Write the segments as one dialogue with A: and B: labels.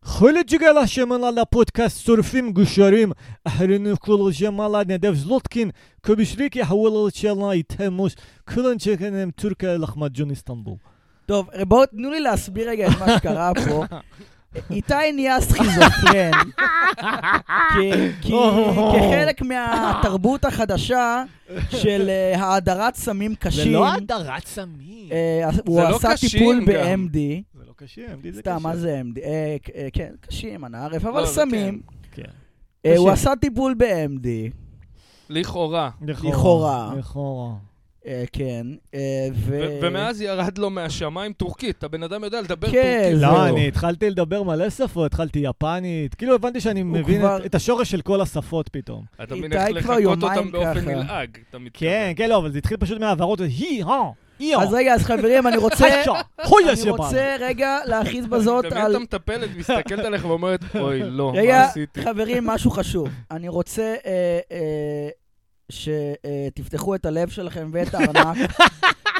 A: Холи джерела шемалала подкаст сурфим гушарим, ахрину кул жемала недев злоткин, кобишрики хавалал чела и темус, кулан чекенем турка лахмаджон איסטנבול.
B: טוב, בואו תנו לי להסביר רגע את מה שקרה פה. איתי נהיה סכיזופרן. כי- כי כחלק מהתרבות החדשה של אה, האדרת סמים
A: זה
B: קשים,
A: לא הדרת סמים.
B: אה, הוא
C: זה לא
B: עשה
C: קשים
B: טיפול
C: גם.
B: ב-MD.
A: זה לא קשה, MD זה
B: סתם, מה
A: קשה.
B: זה MD? אה, ק- אה, כן, קשים, אנא ערף, אבל
C: לא, זה
B: סמים.
A: כן.
B: אה, הוא
A: קשים.
B: עשה טיפול ב-MD,
C: לכאורה.
B: לכאורה.
A: לכאורה.
B: אה, כן, אה, ו...
C: ו- ומאז ירד לו מהשמיים טורקית, הבן אדם יודע לדבר
B: כן,
C: טורקית.
B: זה
A: לא,
B: לא.
A: אני התחלתי לדבר מלא שפות, התחלתי יפנית, כאילו הבנתי שאני מבין
B: כבר-
A: את- את השורש של כל השפות פתאום.
C: אתה מבין
B: איתי
C: איך
B: כבר
C: לחקות
B: יומיים
C: אותם באופן
B: ככה.
C: נלעג, אתה מתכוון.
A: כן, כן, לא, אבל זה התחיל פשוט מהעברות, היא, הא, היא,
B: אז רגע, אז חברים, אני רוצה... אני רוצה רגע להכריז בזאת
C: תמיד
B: על...
C: אתה מטפלת, מסתכלת עליך ואומרת, אוי, לא, מה
B: רגע,
C: עשיתי?
B: חברים, משהו חשוב. אני רוצה אה, אה, שתפתחו את הלב שלכם ואת הארנק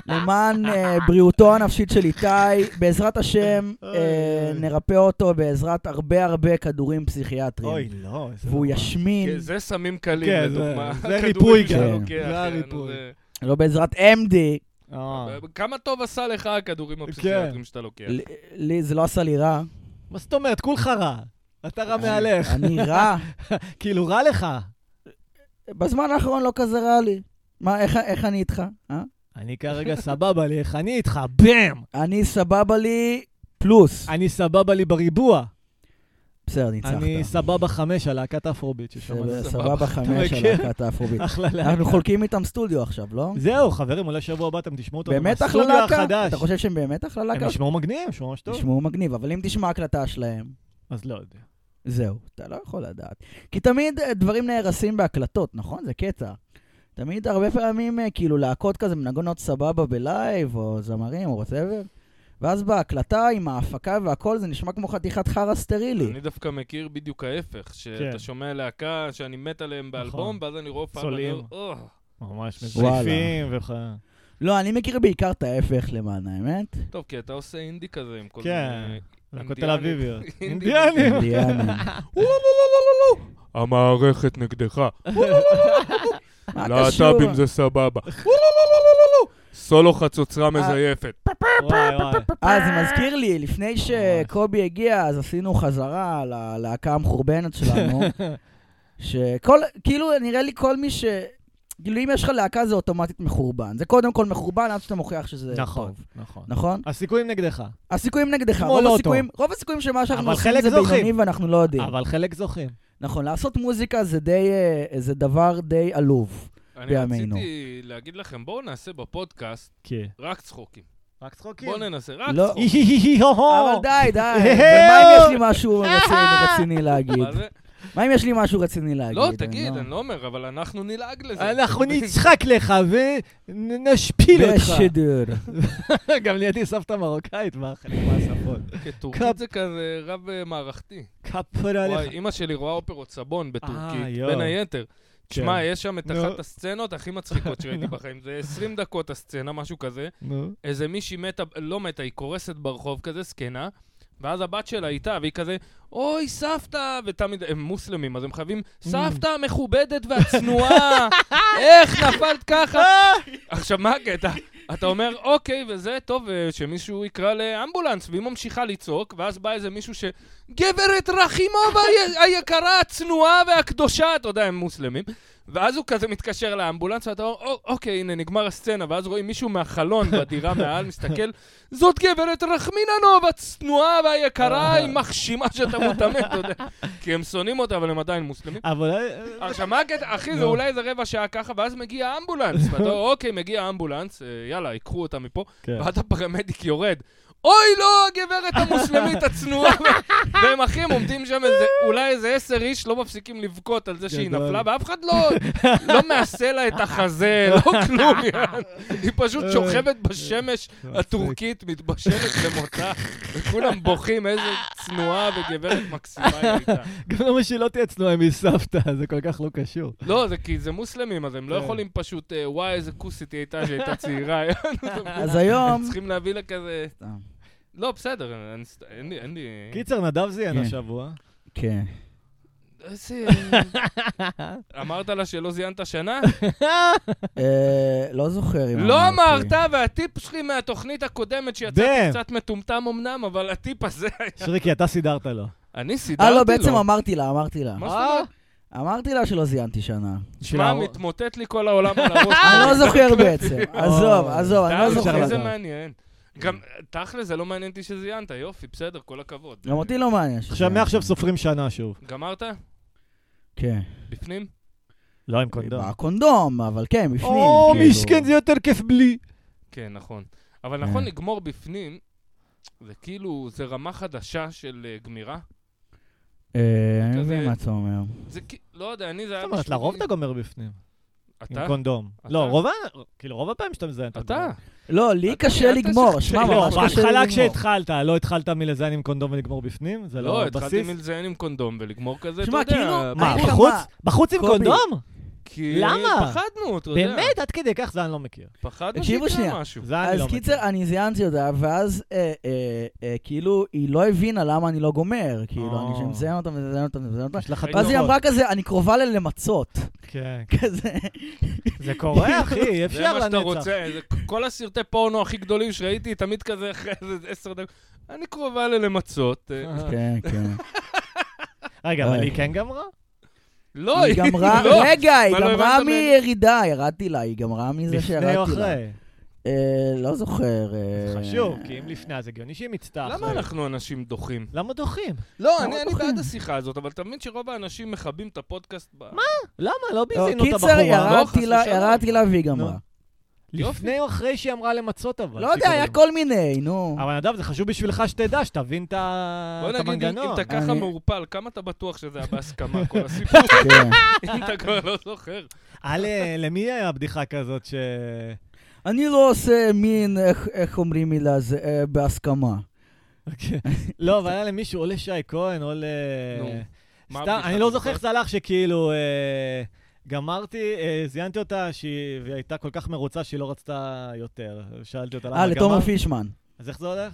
B: למען אה, בריאותו הנפשית של איתי. בעזרת השם,
A: אוי,
B: אה,
A: אוי.
B: נרפא אותו בעזרת הרבה הרבה כדורים פסיכיאטריים.
A: אוי, לא. איזה
B: והוא
A: דבר.
B: ישמין,
C: כן, זה סמים קלים,
A: כן,
C: לדוגמה.
A: זה- זה
C: הכדורים
A: ריפוי
C: שאתה
B: גם.
C: לוקח,
A: זה
C: כן,
A: הריפוי.
C: זה-
B: לא בעזרת MD.
A: אה. כן.
C: כמה טוב עשה לך הכדורים הפסיכיאטרים שאתה לוקח?
B: ל- לי זה לא עשה לי רע.
A: מה זאת אומרת? כולך רע. אתה רע מהלך.
B: אני רע.
A: כאילו, רע לך.
B: בזמן האחרון לא כזה רע לי. מה, איך- איך אני איתך? אה?
A: אני כרגע סבבה לי, איך אני איתך? באם!
B: אני סבבה לי פלוס.
A: אני סבבה לי בריבוע.
B: בסדר, ניצחת.
A: אני סבבה חמש, הלהקת אפרוביט ששמענו.
B: בסדר,
C: סבבה.
B: לא, סבבה חמש
A: אתה
B: על
A: מכיר?
B: להקת האפרוביט.
A: אחלה
B: אנחנו
A: להקה.
B: חולקים איתם סטודיו עכשיו, לא?
A: זהו, חברים, אולי שבוע הבא אתם תשמעו אותנו.
B: באמת אחלה
A: בסטודיו
B: להקה?
A: החדש.
B: אתה חושב שהם באמת אחלה
A: הם
B: להקה?
A: ישמעו מגניב, ישמעו ממש טוב.
B: תשמעו מגניב, אבל אם תשמע הקלטה שלהם,
A: אז לא יודע.
B: זהו, אתה לא יכול לדעת. כי תמיד אה, דברים נהרסים בהקלטות, נכון? זה קטע. תמיד הרבה פעמים, אה, כאילו, להקות כזה מנגנות סבבה בלייב, או זמרים, או וואטאבר, ואז בהקלטה, עם ההפקה והכל, זה נשמע כמו חתיכת חרא סטרילי.
C: אני דווקא מכיר בדיוק ההפך,
A: כן. נכון.
C: שאתה שומע להקה שאני מת עליהם באלבום, ואז אני רואה פעם...
A: צולעים.
C: אני אומר, "אה."
A: ממש
B: וואלה.
A: מזריפים וכ...
B: לא, אני מכיר בעיקר את ההפך, למען האמת.
C: טוב, כי אתה עושה אינדי כזה עם כל
A: כן.
C: מיני...
A: להקות תל
C: אינדיאנים.
A: אביביות.
C: אינדיאנים.
A: אינדיאנים.
B: אינדיאנים.
C: המערכת נגדך.
B: מה קשור?
C: להט"בים זה סבבה. סולו חצוצרה מזייפת.
A: וואי, וואי.
B: אה, זה מזכיר לי, לפני שקובי הגיע, אז עשינו חזרה ללהקה המחורבנת שלנו. שכל, כאילו, נראה לי כל מי ש... כאילו, אם יש לך להקה זה אוטומטית מחורבן. זה קודם כל מחורבן עד שאתה מוכיח שזה
A: נכון,
B: טוב.
A: נכון.
B: נכון?
A: הסיכויים נגדך,
B: הסיכויים נגדך.
A: כמו
B: רוב
A: לוטו.
B: הסיכויים, רוב הסיכויים שמה שאנחנו
A: אבל
B: עושים
A: חלק
B: זה
A: זוכים.
B: בינוני ואנחנו לא יודעים.
A: אבל חלק זוכים.
B: נכון, לעשות מוזיקה זה די, אה, זה דבר די עלוב.
C: אני
B: בימינו.
C: רציתי להגיד לכם, בואו נעשה בפודקאסט
A: כן.
C: רק צחוקים.
A: רק צחוקים.
C: בואו ננסה, רק
B: לא.
C: צחוקים.
B: אבל די, די. ומה אם יש לי משהו רציני- רציני להגיד?
C: מה זה?
B: מה אם יש לי משהו רציני להגיד?
C: לא,
B: אני
C: תגיד, אני לא אומר, אבל אנחנו נלעג לזה.
A: אנחנו נצחק לך ונשפיל אותך.
B: בשידור.
A: גם לידי סבתא מרוקאית, מה חלק מהשפות.
C: כטורקית זה כזה רב אה, מערכתי.
A: כפרה
C: וואי,
A: עליך.
C: אימא שלי רואה אופרות סבון
A: אה,
C: בטורקית,
A: יואו.
C: בין היתר. תשמע, יש שם את
A: נו.
C: אחת הסצנות הכי מצחיקות שראיתי בחיים. זה 20 דקות הסצנה, משהו כזה.
A: נו.
C: איזה מישהי מתה, לא מתה, היא קורסת ברחוב כזה, זקנה, ואז הבת שלה איתה, והיא כזה, אוי, סבתא, ותמיד, הם מוסלמים, אז הם חייבים, סבתא המכובדת והצנועה, איך נפלת ככה? עכשיו, מה הקטע? אתה אומר, אוקיי, וזה טוב, אה, שמישהו יקרא לאמבולנס, והיא ממשיכה לצעוק, ואז בא איזה מישהו ש... גברת רחימובה הי- היקרה, הצנועה והקדושה, אתה יודע, הם מוסלמים. ואז הוא כזה מתקשר לאמבולנס, ואתה אומר, "או- אוקיי, הנה, נגמר הסצנה, ואז רואים מישהו מהחלון בדירה מעל, מסתכל, זאת גברת רחמיננוב, הצנועה והיקרה, היא מחשימה שאתה מוטמא, אתה יודע. כי הם שונאים אותה, אבל הם עדיין מוסלמים.
A: אבל...
C: עכשיו, מה הקטע? אחי, זה
A: נו.
C: אולי איזה רבע שעה ככה, ואז מגיע האמבולנס. ואתה אומר, אוקיי, מגיע האמבולנס, אה, יאללה, ייקחו אותה מפה.
A: כן.
C: ואז הפרמדיק יורד. אוי, לא, הגברת המוסלמית הצנועה. והם אחים עומדים שם איזה, אולי איזה עשר איש לא מפסיקים לבכות על זה שהיא
A: גדול.
C: נפלה, ואף אחד לא, לא מעשה לה את החזה, לא כלום. היא פשוט שוכבת בשמש הטורקית, מתבשלת למותה, וכולם בוכים איזה צנועה וגברת מקסימה היא הייתה.
A: גם למה שלא תהיה צנועה מסבתא, זה כל כך לא קשור.
C: לא, זה כי זה מוסלמים, אז הם לא
A: כן.
C: יכולים פשוט, אה, וואי, איזה כוסית היא הייתה, שהיא הייתה צעירה.
B: אז היום...
C: צריכים להביא לה כזה... לא, בסדר, אין סט- אין לי, אין לי...
A: קיצר, נדב זיין
B: כן.
A: השבוע.
B: כן.
C: איזה... אמרת לה שלא זיינת שנה?
B: אה, לא זוכר אם
C: לא
B: כן, אמרתי.
C: אמרת, והטיפ שלי מהתוכנית הקודמת, שיצאתי
A: דאם.
B: כן.
C: קצת מטומטם אמנם, אבל הטיפ הזה...
A: שריקי, אתה סידרת לו.
C: אני סידרתי
B: אה,
C: לו.
B: לא, בעצם אה? אמרתי לה, אמרתי לה.
C: מה זאת אומרת?
B: אמרתי לה שלא זיינתי שנה.
C: שמע,
A: של ה-
C: מתמוטט לי כל העולם על הראש.
B: אני לא זוכר בעצם. עזוב, עזוב, אני לא
A: אפשר
C: תכל'ס,
B: זוכר.
C: זה
A: לדעת.
C: מעניין. גם, תכל'ס, זה לא מעניין אותי שזיינת, יופי, בסדר, כל הכבוד.
B: גם אותי לא מעניין. שזה-
A: עכשיו, מעכשיו סופרים שנה שוב.
C: גמרת?
B: כן.
C: בפנים?
A: לא עם קונדום.
B: בקונדום, אבל כן, בפנים.
A: או,
B: כאילו.
A: משכן, זה יותר כיף בלי.
C: כן, נכון. אבל נכון
B: אה.
C: לגמור בפנים, זה כאילו, זה רמה חדשה של אה, גמירה.
B: אה, אני
C: כזה-
B: מבין מה אתה אומר.
C: זה כאילו, לא יודע, אני זה
A: זאת
C: היה...
A: אומרת,
C: בשבילי-
A: לרוב אתה גומר בפנים.
C: אתה?
A: עם קונדום.
C: אתה?
A: לא, רוב ה... כאילו, רוב הפעמים שאתה מזיין.
C: אתה?
A: גומר.
B: לא, לי
C: אתה-
B: קשה
C: אתה
B: לגמור,
C: שחצן.
B: שמע,
C: לא,
A: לא,
B: ממש קשה לי
A: בהתחלה
B: לגמור.
A: כשהתחלת, לא התחלת מלזיין עם קונדום ולגמור בפנים? זה לא
C: לא, התחלתי
A: הבסיס?
C: מלזיין עם קונדום ולגמור כזה, אתה
B: שמע,
C: יודע.
B: כאילו-
A: מה,
B: היית
A: בחוץ?
B: מה?
A: בחוץ עם
B: קובי.
A: קונדום?
C: כי
A: למה?
C: פחדנו, אתה יודע.
A: באמת? עד כדי כך זה אני לא מכיר.
C: פחדנו
B: תקשיבו שנייה.
C: שיקרה משהו.
A: זה אני
B: אז
A: לא מכיר.
B: קיצר, אני זיינתי אותה, ואז אה, אה, אה, כאילו, היא לא הבינה למה אני לא גומר. כאילו, אני
A: אה.
B: מזיין אותה, מזיין אותה, מזיין אותה.
A: יש לך
C: ואז
B: ואז היא
A: תינוקות.
B: אמרה כזה, אני קרובה ללמצות.
A: כן,
B: כזה.
A: זה קורה, אחי, אי
C: זה
A: אפשר
C: מה שאתה
A: לנצח.
C: רוצה. זה- כל הסרטי פורנו הכי גדולים שראיתי, תמיד כזה אחרי איזה עשר דקות. אני קרובה ללמצות. אה,
B: כן, כן.
A: רגע, אבל
B: אוי.
A: היא כן גמרה?
C: לא,
B: היא גמרה,
C: לא.
B: רגע, היא
C: מה, לא
B: גמרה
C: הבנת ממני?
B: מירידה, ירדתי לה, היא גמרה מזה
A: לפני או
B: שירדתי לה.
A: אחרי?
B: אה, לא זוכר. אה,
A: זה חשוב, כי אם לפני, אז הגיוני שהיא מיצתה אחרי.
C: למה אנחנו אנשים דוחים?
A: למה דוחים?
C: לא,
B: למה
C: אני אני
B: דוחים?
C: בעד השיחה הזאת, אבל אתה מבין שרוב האנשים מכבים את הפודקאסט ב... מה?
A: למה? לא
B: לא,
A: ביזינו את
B: קיצר,
A: הבחורה.
C: לא, חס
B: ירדתי לה,
C: ושלום.
B: ירדתי לה והיא גמרה.
A: לפני או אחרי שהיא אמרה למצות אבל.
B: לא יודע, היה
A: שקוראים.
B: כל מיני, נו.
A: אבל נדב, זה חשוב בשבילך שתדע, שתבין את ה-
C: בוא
A: את
C: נגיד, אם- אם
A: המנגנון.
C: אתה ככה
B: אני-
C: מעורפל, כמה אתה בטוח שזה היה בהסכמה, כל הסיפור,
B: כן.
A: אוקיי.
C: אם אתה כבר לא זוכר?
A: אה, ל- למי היה הבדיחה כזאת ש...
B: אני לא עושה מין, איך- איך אומרים מילה זה, אה, בהסכמה.
A: לא, אבל היה למישהו, או לשי כהן, או ל...
C: נו, מה
A: סתם,
C: הבדיחה
A: אני לא
C: הזאת?
A: זוכר איך זה הלך, שכאילו... אה, גמרתי, אה, זיינתי אותה, שהיא- והיא הייתה כל כך מרוצה שהיא לא רצתה יותר. שאלתי אותה למה
B: אה,
A: גמרת.
B: לתומר פישמן.
A: אז איך זה הולך?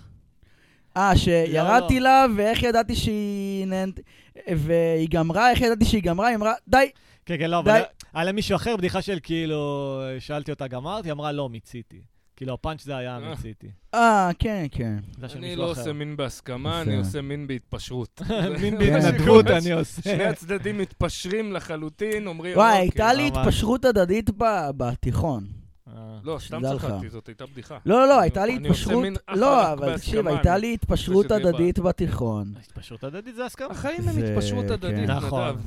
B: אה,
A: לא.
B: שירדתי לה, ואיך ידעתי שהיא נהנית... והיא גמרה, איך ידעתי שהיא גמרה? היא אמרה, די,
A: כן, כן, לא,
B: די.
A: אבל היה למישהו אחר בדיחה של כאילו, שאלתי אותה, גמרת? היא אמרה, לא, מיציתי. כאילו, הפאנץ' זה היה
C: אה.
A: מיציתי.
B: אה, כן, כן.
A: זה היה של
C: אני
A: מישהו
C: לא
A: אחר.
C: עושה מין בהסכמה, אני
B: בסדר.
C: עושה מין בהתפשרות.
A: מין
C: זה מה
A: בהתנדבות
C: שקורה.
A: אני עושה.
C: שני הצדדים מתפשרים לחלוטין, אומרים...
B: וואי,
C: "אוקיי".
B: הייתה לי
A: ממש.
B: התפשרות הדדית ב- בתיכון.
A: אה.
C: לא, סתם
B: שתדע לך.
C: צחקתי, זאת הייתה בדיחה.
B: לא, לא, לא, הייתה לי
C: אני עושה
B: התפשרות...
C: מין אך ורק
B: לא, אבל תקשיב,
C: בהסכמה,
B: הייתה
C: אני-
B: לי התפשרות
C: שזה יהיה
B: הדדית בתיכון.
A: התפשרות הדדית זה הסכמה.
C: החיים הם
B: זה-
C: התפשרות
B: כן.
C: הדדית,
A: נכון.
C: נדב.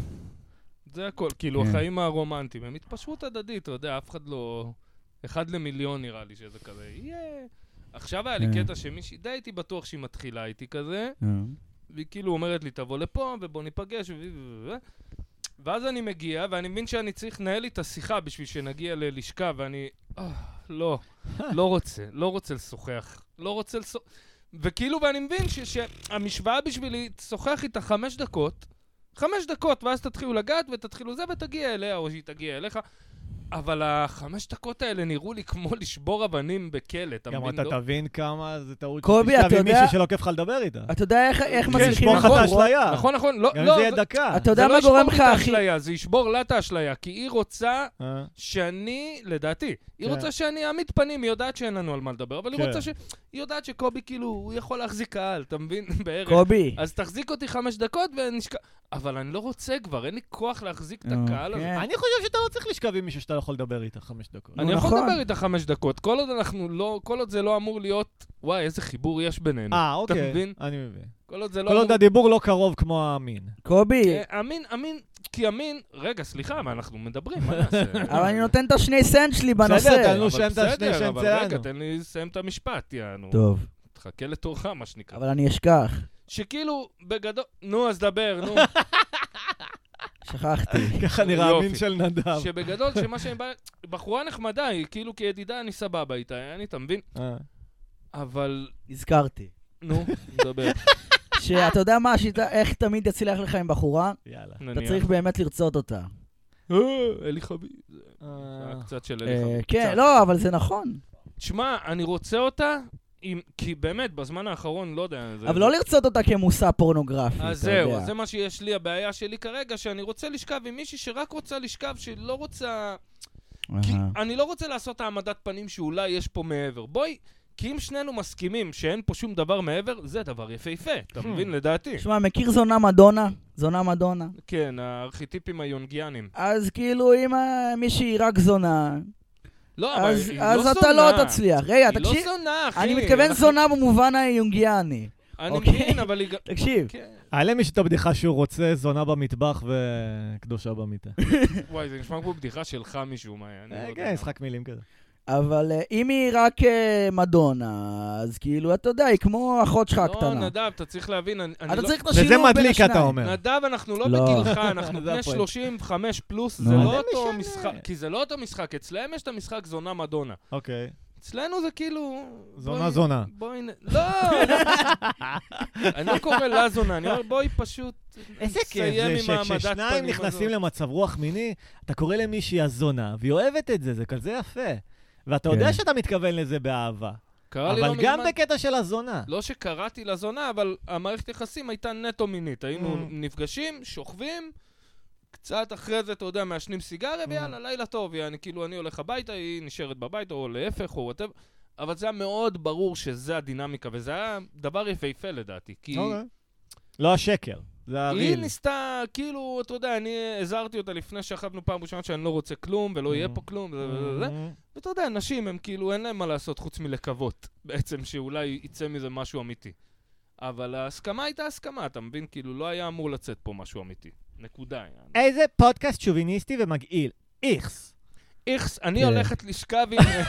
C: זה הכל, כאילו,
B: כן.
C: החיים הרומנטיים הם התפשרות הדדית, אתה יודע, אף אחד לא... אחד למיליון נראה לי שזה כזה, יהיה... עכשיו היה לי
B: כן.
C: קטע שמישהי, די הייתי בטוח שהיא מתחילה איתי כזה, והיא כאילו אומרת לי, תבוא לפה ובוא ניפגש, ו- ו- ו- ואז אני מגיע, ואני מבין שאני צריך לנהל איתה שיחה בשביל שנגיע ללשכה, ואני... "אה, לא, לא רוצה, לא רוצה לשוחח, לא רוצה לשוחח. וכאילו, ואני מבין ש- שהמשוואה בשבילי, תשוחח איתה חמש דקות, חמש דקות, ואז תתחילו לגעת ותתחילו זה, ותגיע אליה, או שהיא תגיע אליך. אבל החמש דקות האלה נראו לי כמו לשבור אבנים בכלא, אתה
A: גם
C: מבין?
A: אתה
C: לא?
A: תבין כמה זה טעות
B: קובי,
A: שתשכב
B: אתה
A: עם
B: יודע-
A: מישהי שלא כיף לך לדבר איתה.
B: אתה יודע איך- איך
C: כן,
B: מצליחים...
A: לשבור לך את
C: נכון,
A: האשליה.
C: נכון, נכון, לא,
A: גם אם
C: לא,
A: זה יהיה
C: זה-
A: דקה.
B: אתה יודע
C: זה
B: מה גורם לך,
C: לא ישבור לי את
B: הכי...
C: האשליה, זה ישבור לה את האשליה, כי היא רוצה
A: אה.
C: שאני, לדעתי, היא
A: כן.
C: רוצה שאני אעמיד פנים, היא יודעת שאין לנו על מה לדבר, אבל היא
A: כן.
C: רוצה ש... היא יודעת שקובי, כאילו, הוא יכול להחזיק קהל, אתה מבין? בערך.
B: קובי.
C: אז תחזיק אותי חמש דקות ונשכח... אבל אני לא רוצה כבר, אין לי כוח להחזיק את הקהל הזה.
B: אוקיי.
A: אני חושב שאתה לא צריך לשכב עם מישהו שאתה לא יכול לדבר איתה חמש דקות.
B: נו,
C: כן. אני יכול
B: נכון.
C: לדבר איתה חמש דקות, כל עוד אנחנו לא... כל עוד זה לא אמור להיות... וואי, איזה חיבור יש בינינו.
A: אה, אוקיי.
C: מבין?
A: אני מבין.
C: כל עוד זה לא
A: כל
C: אמור...
A: עוד הדיבור לא קרוב כמו המין.
B: קובי,
C: אה, אמין, אמין, כי אמין... רגע, סליחה, מה, אנחנו מדברים, מה נעשה?
B: אבל אני נותן את השני סנט שלי
A: בסדר,
B: בנושא.
C: לא-
A: תענו שהם את השני
C: בסדר,
A: שהם
C: אבל רגע,
A: ציינו.
C: תן לי לסיים את המשפט, יענו.
B: טוב,
C: תחכה לתורך, מה שנקרא.
B: אבל אני אשכח.
C: שכאילו, בגדול... נו, אז דבר, נו.
B: שכחתי.
A: ככה נראה
C: יופי.
A: המין של נדב.
C: שבגדול, שמה שאני בא... בחורה נחמדה, היא כאילו כידידה, אני סבבה איתה, אני, אתה מבין?
A: אה.
C: אבל...
B: נזכרתי.
C: נו, דבר.
B: שאתה יודע מה השיטה, איך תמיד יצליח לך עם בחורה?
A: יאללה.
B: אתה
C: נניח.
B: צריך באמת לרצות אותה.
C: אה, אלי חביב.
A: אה.
C: קצת של אלי
B: אה,
C: חביב.
B: כן,
C: קצת.
B: לא, אבל זה נכון.
C: תשמע, אני רוצה אותה, אם, כי באמת, בזמן האחרון, לא יודע... זה,
B: אבל לא לרצות אותה כמושא פורנוגרפי, אתה יודע.
C: אז זהו, זה מה שיש לי, הבעיה שלי כרגע, שאני רוצה לשכב עם מישהי שרק רוצה לשכב, שלא רוצה... כי
B: אהה.
C: אני לא רוצה לעשות העמדת פנים שאולי יש פה מעבר. בואי, כי אם שנינו מסכימים שאין פה שום דבר מעבר, זה דבר יפהפה, אתה מבין? לדעתי.
B: שמע, מכיר זונה מדונה? זונה מדונה.
C: כן, הארכיטיפים היונגיאנים.
B: אז כאילו, אם אה, מישהי היא רק זונה,
C: לא, אבל
B: אז
C: היא לא
B: אז
C: זונה.
B: אתה לא תצליח. רגע,
C: היא לא
B: תקשיב,
C: זונה, אחי.
B: אני מתכוון
C: אנחנו-
B: זונה במובן היונגיאני.
C: אני
B: אוקיי.
C: מבין, אבל היא גם...
B: תקשיב,
C: כן.
A: עלה מישהו את הבדיחה שהוא רוצה זונה במטבח וקדושה במיטה.
C: וואי, זה נשמע כמו בדיחה שלך משום מה. אני לא יודע.
A: כן, משחק מילים כזה.
B: אבל אה, אם היא רק אה, מדונה, אז כאילו, אתה יודע, היא כמו אחות שלך
C: לא,
B: הקטנה.
C: נדב, אתה צריך להבין, אני אני
B: אתה
C: לא...
B: צריך את
A: וזה
B: השילוב בין
A: מדליק,
B: השניים.
A: אתה אומר.
C: נדב, אנחנו לא
B: לא.
C: בגילך, אנחנו
A: זה
C: בני
A: הפואנט.
C: 35 פלוס,
B: נו.
C: זה
B: מה
C: לא
A: זה
C: אותו
A: משנה?
C: משחק, כי זה לא אותו משחק. אצלהם יש את המשחק זונה מדונה.
A: אוקיי.
C: אצלנו זה כאילו...
A: זונה,
C: בואי-
A: זונה.
C: בואי... נ- לא! אני לא קורא לה זונה, אני אומר בואי פשוט...
A: איזה כיף
C: נסיים
A: זה
C: עם העמדת
A: שכששניים
C: פנים
A: נכנסים
C: הזאת.
A: למצב רוח מיני, אתה קורא למישהי הזונה, והיא אוהבת את זה, זה כזה יפה. ואתה יודע
B: כן.
A: שאתה מתכוון לזה באהבה,
C: קרה לי
A: אבל
C: לא
A: גם
C: מזמן-
A: בקטע של הזונה.
C: לא שקראתי לה זונה, אבל המערכת יחסים הייתה נטו מינית. היינו
A: Mm.
C: נפגשים, שוכבים, קצת אחרי זה, אתה יודע, מעשנים
A: Mm.
C: סיגריה, ויאללה, לילה טוב. יעני, כאילו, אני הולך הביתה, היא נשארת בבית, או להפך, או וואטאב. אבל זה היה מאוד ברור שזה הדינמיקה, וזה היה דבר יפהפה לדעתי. כי
A: אוקיי. לא השקר, זה
C: היא
A: הריל.
C: ניסתה, כאילו, אתה יודע, אני הזהרתי אותה לפני שכבנו פעם ראשונה שאני לא רוצה כלום, ולא יהיה
A: Mm.
C: פה כלום, וזה וזה וזה.
A: אה,
C: ואתה יודע, נשים הם כאילו, אין להם מה לעשות חוץ מלקוות, בעצם, שאולי יצא מזה משהו אמיתי. אבל ההסכמה הייתה הסכמה, אתה מבין? כאילו, לא היה אמור לצאת פה משהו אמיתי. נקודה. יעני.
A: איזה פודקאסט שוביניסטי ומגעיל. איכס.
C: איכס, אני
B: כן.
C: הולכת לשכב עם... כן.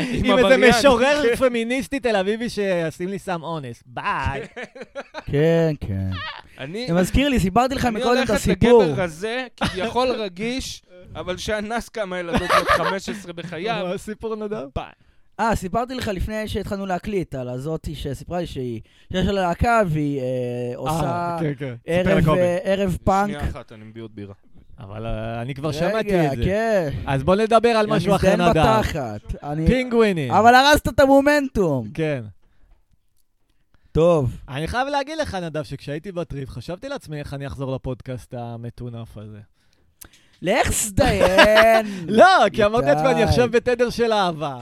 A: עם איזה
C: עבריין.
A: משורר פמיניסטי תל אביבי שישים לי סם אונס. ביי.
B: כן, כן.
C: אני...
B: זה מזכיר לי, סיפרתי לך
C: אני
B: מקודם את
C: הולכת
B: הסיפור.
C: לגבר רזה, כביכול רגיש, אבל שאנס כמה ילדות עוד 15 בחייו.
A: אבל סיפור נדב.
C: ביי.
B: אה, סיפרתי לך לפני שהתחלנו להקליט, על הזאתי שסיפרה לי שהיא, שיש לה להקה והיא אה, עושה
A: אה, כן, כן. ספר
B: ערב,
A: לקובי.
B: אה, ערב פאנק.
C: שנייה אחת, אני מביא עוד בירה.
A: אבל אה, אני כבר שמעתי
B: רגע,
A: את זה.
B: כן.
A: אז בוא נדבר על משהו אחר
B: אני מזדיין
A: נדב.
B: בתחת. אני-
A: פינגווינים.
B: אבל הרסת את המומנטום.
A: כן.
B: טוב.
A: אני חייב להגיד לך, נדב, שכשהייתי בטריפ, חשבתי לעצמי איך אני אחזור לפודקאסט המטונף הזה.
B: לך זדיין.
A: לא, כי אמרתי
B: איתי.
A: לעצמי, אני עכשיו בתדר של אהבה.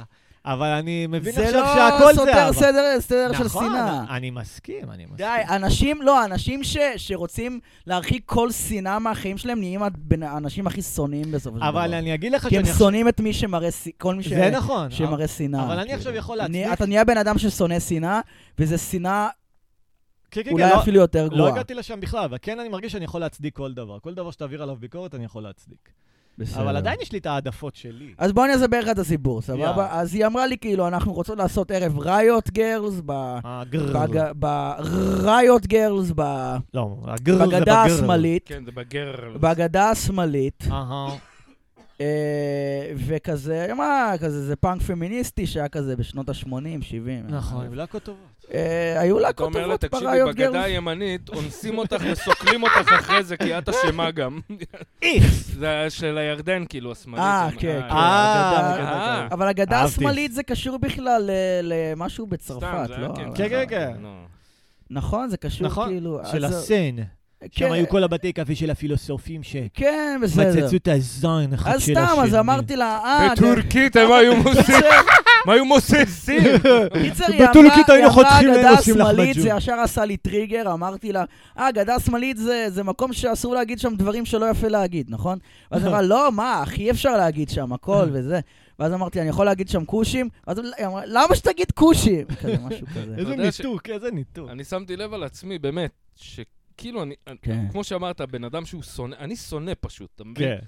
A: אבל אני מבין
B: זה
A: עכשיו
B: לא
A: שהכל זה
B: סותר
A: אהבה.
B: סדר- סדר של
A: נכון,
B: שנאה.
A: אני מסכים, אני מסכים.
B: די, אנשים, לא, אנשים ש, שרוצים להרחיק כל שנאה מהחיים שלהם נהיים הבין- האנשים הכי שונאים בסופו של דבר.
A: אבל אני אגיד לך
B: כי הם
A: שאני עכשיו...
B: שונאים את מי שמראה, ש- כל מי ש...
A: זה נכון.
B: שמראה שנאה.
A: אבל אני
B: כאילו.
A: עכשיו יכול
B: אני-
A: להצליח-
B: אתה נהיה בן אדם ששונא שנאה, וזה שנאה
A: כן, כן, כן,
B: אולי
A: לא-
B: אפילו יותר
A: לא
B: גרועה.
A: הגעתי לשם בכלל, אבל כן אני מרגיש שאני יכול להצדיק כל דבר. כל דבר שתעביר עליו ביקורת, אני יכול להצדיק.
B: בסדר.
A: אבל עדיין יש לי את העדפות שלי.
B: אז בוא אני אספר לך את הסיפור,
A: יאללה.
B: סבבה? אז היא אמרה לי, כאילו, אנחנו רוצות לעשות ערב ראיות גרלס, אה,
A: הגרר.
B: בראיות גרלס,
A: לא, הגרר זה בגרר.
B: בגדה השמאלית,
C: כן, זה בגר.
B: בגדה השמאלית,
A: אהה.
B: אה, וכזה, מה, כזה, זה פאנק פמיניסטי שהיה כזה בשנות ה-80, 70.
A: נכון, אבל לא הכל טובות.
B: אה, היו לה
C: אתה אומר לה,
B: כותבות
C: תקשיבי,
B: בראיות
C: בגדה
B: גרלס.
C: הימנית, אונסים אותך וסוקלים אותך אחרי זה, כי את אשמה גם.
A: איכס.
C: זה היה של הירדן, כאילו, השמאלית.
B: אה,
C: הם-
B: כן, כן.
A: אה,
B: הגדה-
C: אה,
B: אבל הגדה
A: אהבתי.
B: השמאלית זה קשור בכלל ל- למשהו בצרפת,
C: זה היה,
B: לא?
C: כן,
A: כן, כן, כן.
B: אה.
C: נו.
B: נכון, זה קשור
A: נכון,
B: כאילו... אז
A: של
B: זה-
A: הסן. שם
B: כן,
A: היו כל הבתי קפה של הפילוסופים שמצצו
B: כן, בסדר.
A: את הזין אחד של
B: אז
A: השני.
B: סתם, אז אמרתי לה, אה... כן. זה-
C: בטורקית הם היו מוססים,
B: קיצר,
C: הם היו מוססים.
B: קיצר, היא אמרה,
A: בטורקית
B: היא
A: היינו
B: אמרה
A: חותכים
B: הגדה
A: לאנושים לחמת
B: השמאלית, זה
A: ג'ון."
B: ישר עשה לי טריגר, אמרתי לה, אה, הגדה השמאלית זה זה מקום שאסור להגיד שם דברים שלא יפה להגיד, נכון? ואז היא אמרה, לא, מה, אחי, אי אפשר להגיד שם הכל וזה. ואז אמרתי, אני יכול להגיד שם כושים? ואז היא אמרה, למה שתגיד כושים? כזה, משהו כזה.
A: איזה
C: אתה יודע ש-
A: ניתוק, איזה ניתוק.
C: אני שמתי לב על עצמי, באמת, שכאילו, אני... אה,
B: כן.
C: כמו שאמרת, בן אדם שהוא שונא, אני שונא פשוט, אתה מבין?
A: כן.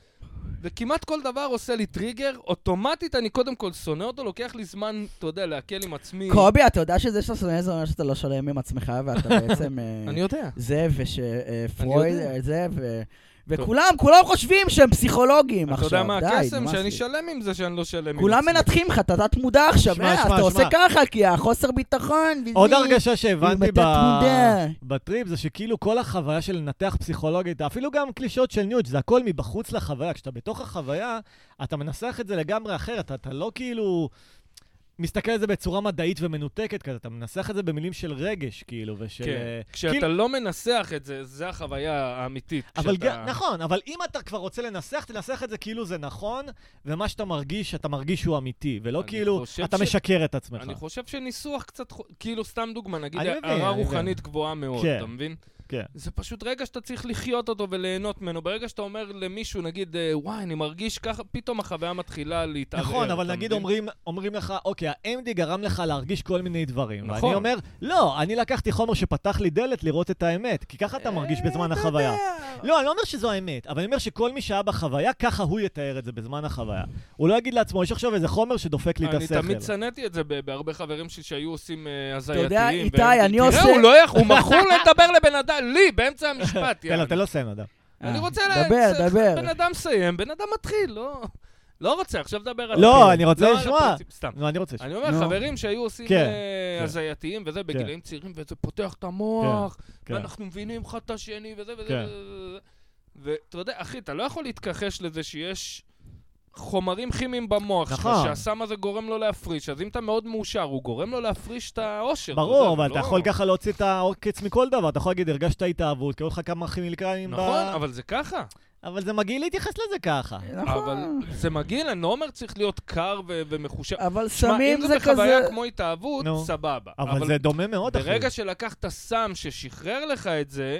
C: וכמעט כל דבר עושה לי טריגר, אוטומטית אני קודם כל שונא אותו, לוקח לי זמן, אתה יודע, להקל עם עצמי.
B: קובי, אתה יודע שזה שאתה שונא זה אומר שאתה לא שלם עם עצמך, ואתה בעצם... אה,
C: אני יודע.
B: זה, ושפרויד,
C: אני יודע.
B: אה, זה, ו... וכולם, כולם חושבים שהם פסיכולוגים
C: אתה
B: עכשיו,
C: יודע מה
B: די,
C: הקסם?
B: נמאס לי.
C: שאני שלם עם זה שאני לא שלם עם
B: כולם
C: עצמי.
B: מנתחים לך, אתה תת מודע עכשיו,
A: שמע,
B: אה,
A: שמע,
B: אתה עושה
A: שמע.
B: ככה, כי החוסר ביטחון, וזה.
A: עוד הרגשה שהבנתי
B: עם
A: ב...
B: התת-מודע.
A: בטריפ זה שכאילו כל החוויה של לנתח פסיכולוגית, אפילו גם קלישאות של ניוץ', זה הכל מבחוץ לחוויה. כשאתה בתוך החוויה, אתה מנסח את זה לגמרי אחרת, אתה לא כאילו... מסתכל על זה בצורה מדעית ומנותקת כזה, אתה מנסח את זה במילים של רגש, כאילו, ושל...
C: כן.
A: אה,
C: כשאתה
A: כאילו-
C: לא מנסח את זה, זה החוויה האמיתית.
A: אבל
C: כשאתה-
A: גם, נכון, אבל אם אתה כבר רוצה לנסח, תנסח את זה כאילו זה נכון, ומה שאתה מרגיש, אתה מרגיש שהוא אמיתי, ולא
C: אני
A: כאילו
C: חושב
A: אתה
C: ש-
A: משקר את עצמך.
C: אני חושב שניסוח קצת, חו- כאילו, סתם דוגמה, נגיד,
A: אני מבין,
C: הערה
A: אני
C: רוחנית גבוהה מאוד,
A: כן.
C: אתה מבין?
A: כן.
C: זה פשוט רגע שאתה צריך לחיות אותו וליהנות ממנו. ברגע שאתה אומר למישהו, נגיד, אה, וואי, אני מרגיש ככה, פתאום החוויה מתחילה להתערער.
A: נכון, אבל
C: אתה
A: נגיד
C: מבין?
A: אומרים, אומרים לך, אוקיי, ה-MD גרם לך להרגיש כל מיני דברים.
C: נכון.
A: ואני אומר, לא, אני לקחתי חומר שפתח לי דלת לראות את האמת, כי ככה
C: אה,
A: אתה מרגיש בזמן החוויה. לא, אני לא אומר שזו האמת, אבל אני אומר שכל מי שהיה בחוויה, ככה הוא יתאר את זה בזמן החוויה. הוא לא יגיד לעצמו, יש עכשיו איזה חומר שדופק לי את השכל.
C: אני תמיד שנאתי את זה ב- בהרבה חברים שלי שהיו עושים אה, הזייתיים.
B: יודע, איתי,
C: והם-
B: אני
C: תראה,
B: עושה-
C: הוא לא יכול, הוא מכור לדבר לבן אדם, לי, באמצע המשפט,
A: תן לו,
C: יאללה.
A: תן לו לסיים, אדם.
C: אני
B: אה,
C: רוצה...
B: דבר,
C: לה- בן
B: דבר.
C: אדם מסיים, בן אדם מתחיל, לא... לא רוצה, עכשיו דבר על...
A: לא,
C: הפרק.
A: אני רוצה
C: לא על
A: לשמוע.
C: הפרק, סתם.
A: נו, אני רוצה ש...
C: אני אומר,
B: נו.
C: חברים שהיו עושים
A: כן,
C: אה,
A: כן.
C: הזייתיים וזה,
A: כן.
C: בגילאים צעירים, וזה פותח את המוח,
A: כן.
C: ואנחנו מבינים אחד את השני, וזה וזה
A: כן.
C: וזה. ואתה יודע, אחי, אתה לא יכול להתכחש לזה שיש חומרים כימיים במוח שלך,
A: נכון.
C: שהסם הזה גורם לו להפריש, אז אם אתה מאוד מאושר, הוא גורם לו להפריש את האושר. אתה
A: ברור,
C: יודע,
A: אבל אתה
C: לא-
A: יכול ככה להוציא את העוקץ מכל דבר. אתה יכול להגיד, הרגשת התאהבות, קראו לך כמה כימיקלים ב...
C: נכון, אבל אה, זה ככה.
A: אבל זה מגעיל להתייחס לזה ככה.
C: אבל
B: נכון.
C: זה מגעיל, אני לא אומר צריך להיות קר ו- ומחושב.
B: אבל
C: תשמע,
B: אה, סמים זה
C: אם זה
B: כזה...
C: בחוויה כמו התאהבות,
A: נו.
C: סבבה.
A: אבל זה דומה מאוד, אחי.
C: ברגע שלקחת סם ששחרר לך את זה,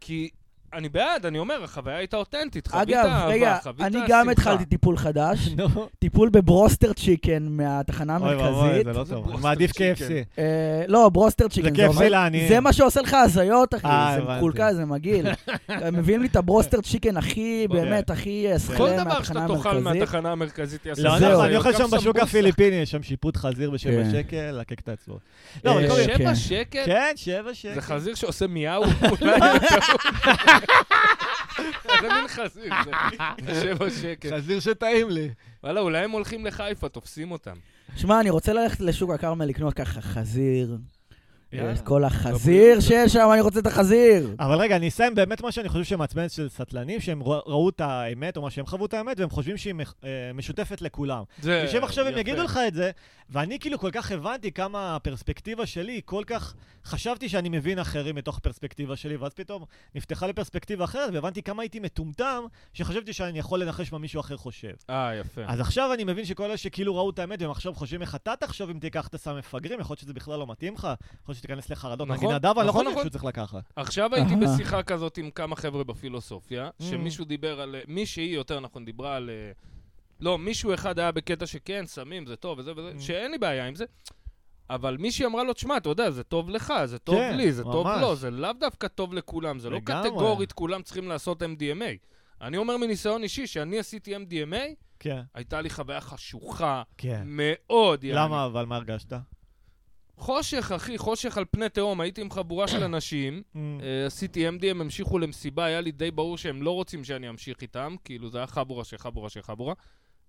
C: כי אני בעד, אני אומר, החוויה הייתה אותנטית. חווית
B: אגב,
C: אהבה,
B: רגע,
C: חווית
B: אני
C: שמחה.
B: גם התחלתי טיפול חדש,
A: נו,
B: טיפול בברוסטר ציקן מהתחנה
A: אוי ואבוי,
B: המרכזית.
A: זה לא
C: זה
A: טוב. אני
C: ברוסטר
A: מעדיף
C: צ'יקן.
A: KFC.
B: אה, לא, ברוסטר
A: זה
B: צ'יקן.
A: כיף
B: אומר-
A: לעניים.
B: זה מה שעושה לך הזיות, אחי.
A: אה,
B: זה
A: הבנתי.
B: מקולקל, זה מגעיל. מביאים לי את הברוסטר צ'יקן הכי,
A: אוקיי.
B: באמת, הכי אה, סחלה
C: כל
B: מהתחנה
C: דבר שאתה תאכל
B: המרכזית.
C: מהתחנה המרכזית יעשה
A: לא,
B: זהו.
A: נכון, אני
C: גם
A: אוכל שם בשוק
C: סמבוסה.
A: הפיליפיני, יש שם שיפוד חזיר בשבע
B: כן.
A: שקל, לקק את האצבעות. לא, אבל
B: אה,
A: כל מיני-
B: כן.
C: שבע שקל?
A: כן, שבע שקל.
C: זה חזיר שעושה מיהו? אולי יותר. זה מין חזיר, זה שבע שקל.
A: חזיר שטעים לי.
C: וואלה, אולי הם הולכים לחיפה, תופסים אותם.
B: שמע, אני רוצה ללכת לשוק הכרמל לקנות ככה חזיר.
C: יאללה. לא
B: את כל החזיר שיש שם, אני רוצה את החזיר.
A: אבל רגע, אני אסיים באמת מה שאני חושב שמעצבן של סטלנים, שהם רא- ראו את האמת, או מה שהם חוו את האמת, והם חושבים שהיא מח- אה, משותפת לכולם.
C: זה
A: אני חושב עכשיו הם
C: כן, יפה.
A: יגידו לך את זה, ואני כאילו כל כך הבנתי כמה הפרספקטיבה שלי, היא כל כך חשבתי שאני מבין אחרים מתוך הפרספקטיבה שלי, ואז פתאום נפתחה לי פרספקטיבה אחרת, והבנתי כמה הייתי מטומטם, שחשבתי שאני יכול לנחש מה מישהו אחר חושב.
C: אה, יפה.
A: אז עכשיו אני מבין שכל אלה שכאילו ראו את האמת, והם עכשיו חושבים איך אתה תחשוב אם תיקח את הסם מפגרים, יכול להיות שזה בכלל לא מתאים לך, יכול להיות שתיכנס לחרדות,
C: נכון,
A: נגיד נדב, אני לא
C: נכון,
A: חושב
C: נכון.
A: שהוא צריך לקחת.
C: עכשיו הייתי
B: אהה.
C: בשיחה כזאת עם כמה חבר'ה בפילוסופיה,
A: Mm.
C: שמישהו דיבר על... מישהי, יותר נכון, דיברה על... אה, לא, מישהו אחד היה בקטע שכן, סמים, זה טוב וזה וזה,
A: Mm.
C: שאין לי בעיה עם זה. אבל מישהי אמרה לו, תשמע, אתה יודע, זה טוב לך, זה טוב
A: כן,
C: לי, זה טוב
A: ממש.
C: לו, זה לאו דווקא טוב לכולם, זה לא
A: לגמרי.
C: קטגורית, כולם צריכים לעשות MDMA. אני אומר מניסיון אישי, שאני עשיתי MDMA,
A: כן,
C: הייתה לי חוויה חשוכה
A: כן.
C: מאוד. יעני.
A: למה אבל, מה הרגשת? Mm.
C: חושך, אחי, חושך על פני תהום. הייתי עם חבורה של אנשים, אה, עשיתי MD, הם המשיכו למסיבה, היה לי די ברור שהם לא רוצים שאני אמשיך איתם, כאילו זה היה חבורה של חבורה של חבורה.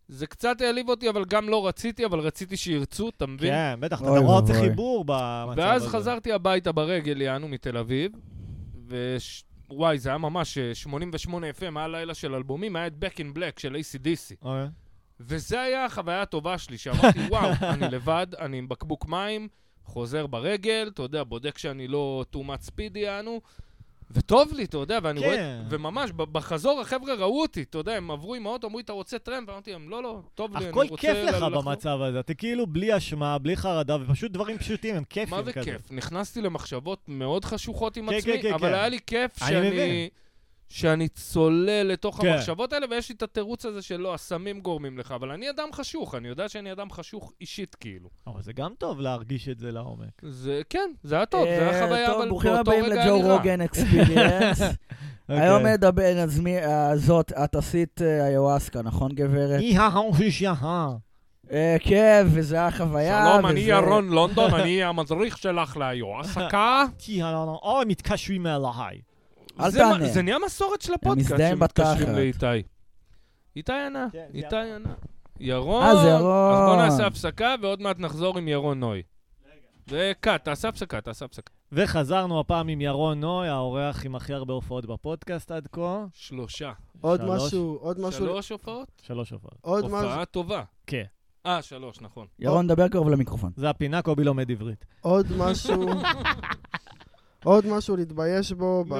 C: זה קצת העליב אותי, אבל גם לא רציתי, אבל רציתי שירצו, אתה מבין?
A: כן, בטח, אתה
B: אוי
A: גם רוצה
B: ואבוי.
A: חיבור במצב הזה.
C: ואז חזרתי הביתה ברגל, יענו, מתל אביב, ווואי, זה היה ממש אה, 88 FM, היה לילה של אלבומים, היה את Back in Black של ACDC.
A: אוי.
C: וזה היה החוויה הטובה שלי, שאמרתי, וואו, אני לבד, אני עם בקבוק מים, חוזר ברגל, אתה יודע, בודק שאני לא too much speed יענו, וטוב לי, אתה יודע, ואני
A: כן.
C: רואה, וממש, ב- בחזור החבר'ה ראו אותי, אתה יודע, הם עברו עם האוטו, אמרו לי, אתה רוצה טרמפ? ואמרתי להם, לא, לא, טוב לי, אני
A: הכל
C: רוצה...
A: כיף לך
C: לחזור."
A: במצב הזה, אתה כאילו בלי אשמה, בלי חרדה, ופשוט דברים פשוטים, הם כיפים כזה.
C: מה זה כיף? נכנסתי למחשבות מאוד חשוכות עם
A: כן,
C: עצמי,
A: כן, כן,
C: אבל
A: כן.
C: היה לי כיף
A: אני מבין.
C: שאני... שאני צולל לתוך
A: כן.
C: המחשבות האלה, ויש לי את התירוץ הזה של לא, הסמים גורמים לך, אבל אני אדם חשוך, אני יודע שאני אדם חשוך אישית, כאילו.
A: אבל זה גם טוב להרגיש את זה לעומק.
C: זה, כן, זה היה טוב, זה היה
B: אה,
C: חוויה,
B: טוב,
C: אבל
B: ברוכים
C: באותו
B: הבאים
C: רגע היה
B: לג'ו
C: לי רע.
B: רוגן אקספיריאנס. היום
A: אוקיי.
B: נדבר, נזמין, אה, זאת, את עשית אה, איוואסקה, נכון גברת?
A: אי ההושישה.
B: אה, כן, וזה היה חוויה.
C: שלום, אני
B: וזה-
C: ירון לונדון, אני המדריך שלך להיום. העסקה?
A: כי הלא- אוי, מתקשרים אליי.
B: אל
C: זה מה-
B: תענה.
C: זה נהיה מסורת של הפודקאסט
B: מזדהים בתחת.
C: שמתקשרים לאיתי. איתי ענה,
A: כן, זה
C: איתי
A: ירון.
C: ענה. ירון.
B: אה, זה
C: אז בוא
B: ירון.
C: נעשה הפסקה, ועוד מעט נחזור עם ירון נוי. זה קאט, תעשה הפסקה, תעשה הפסקה.
A: וחזרנו הפעם עם ירון נוי, האורח עם הכי הרבה הופעות בפודקאסט עד כה.
C: שלושה.
D: עוד
A: שלוש.
D: משהו, עוד משהו,
C: שלוש הופעות?
A: שלוש הופעות.
D: עוד משהו.
C: הופעה טובה.
A: כן.
C: אה, שלוש, נכון.
B: ירון, דבר קרוב למיקרופון.
A: זה הפינה, קובי לא לומד עברית.
D: עוד משהו, עוד משהו להתבייש בו
C: נו.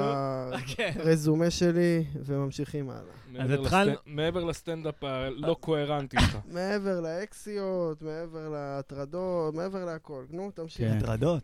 C: כן.
D: ברזומה שלי, וממשיכים הלאה.
C: מעבר
A: התחלנו-
C: לסט- מעבר לסטנדאפ הלא קוהרנטי שלך.
D: מעבר לאקסיות, מעבר להטרדות, מעבר להכל. נו, תמשיך.
B: כן.
A: הטרדות.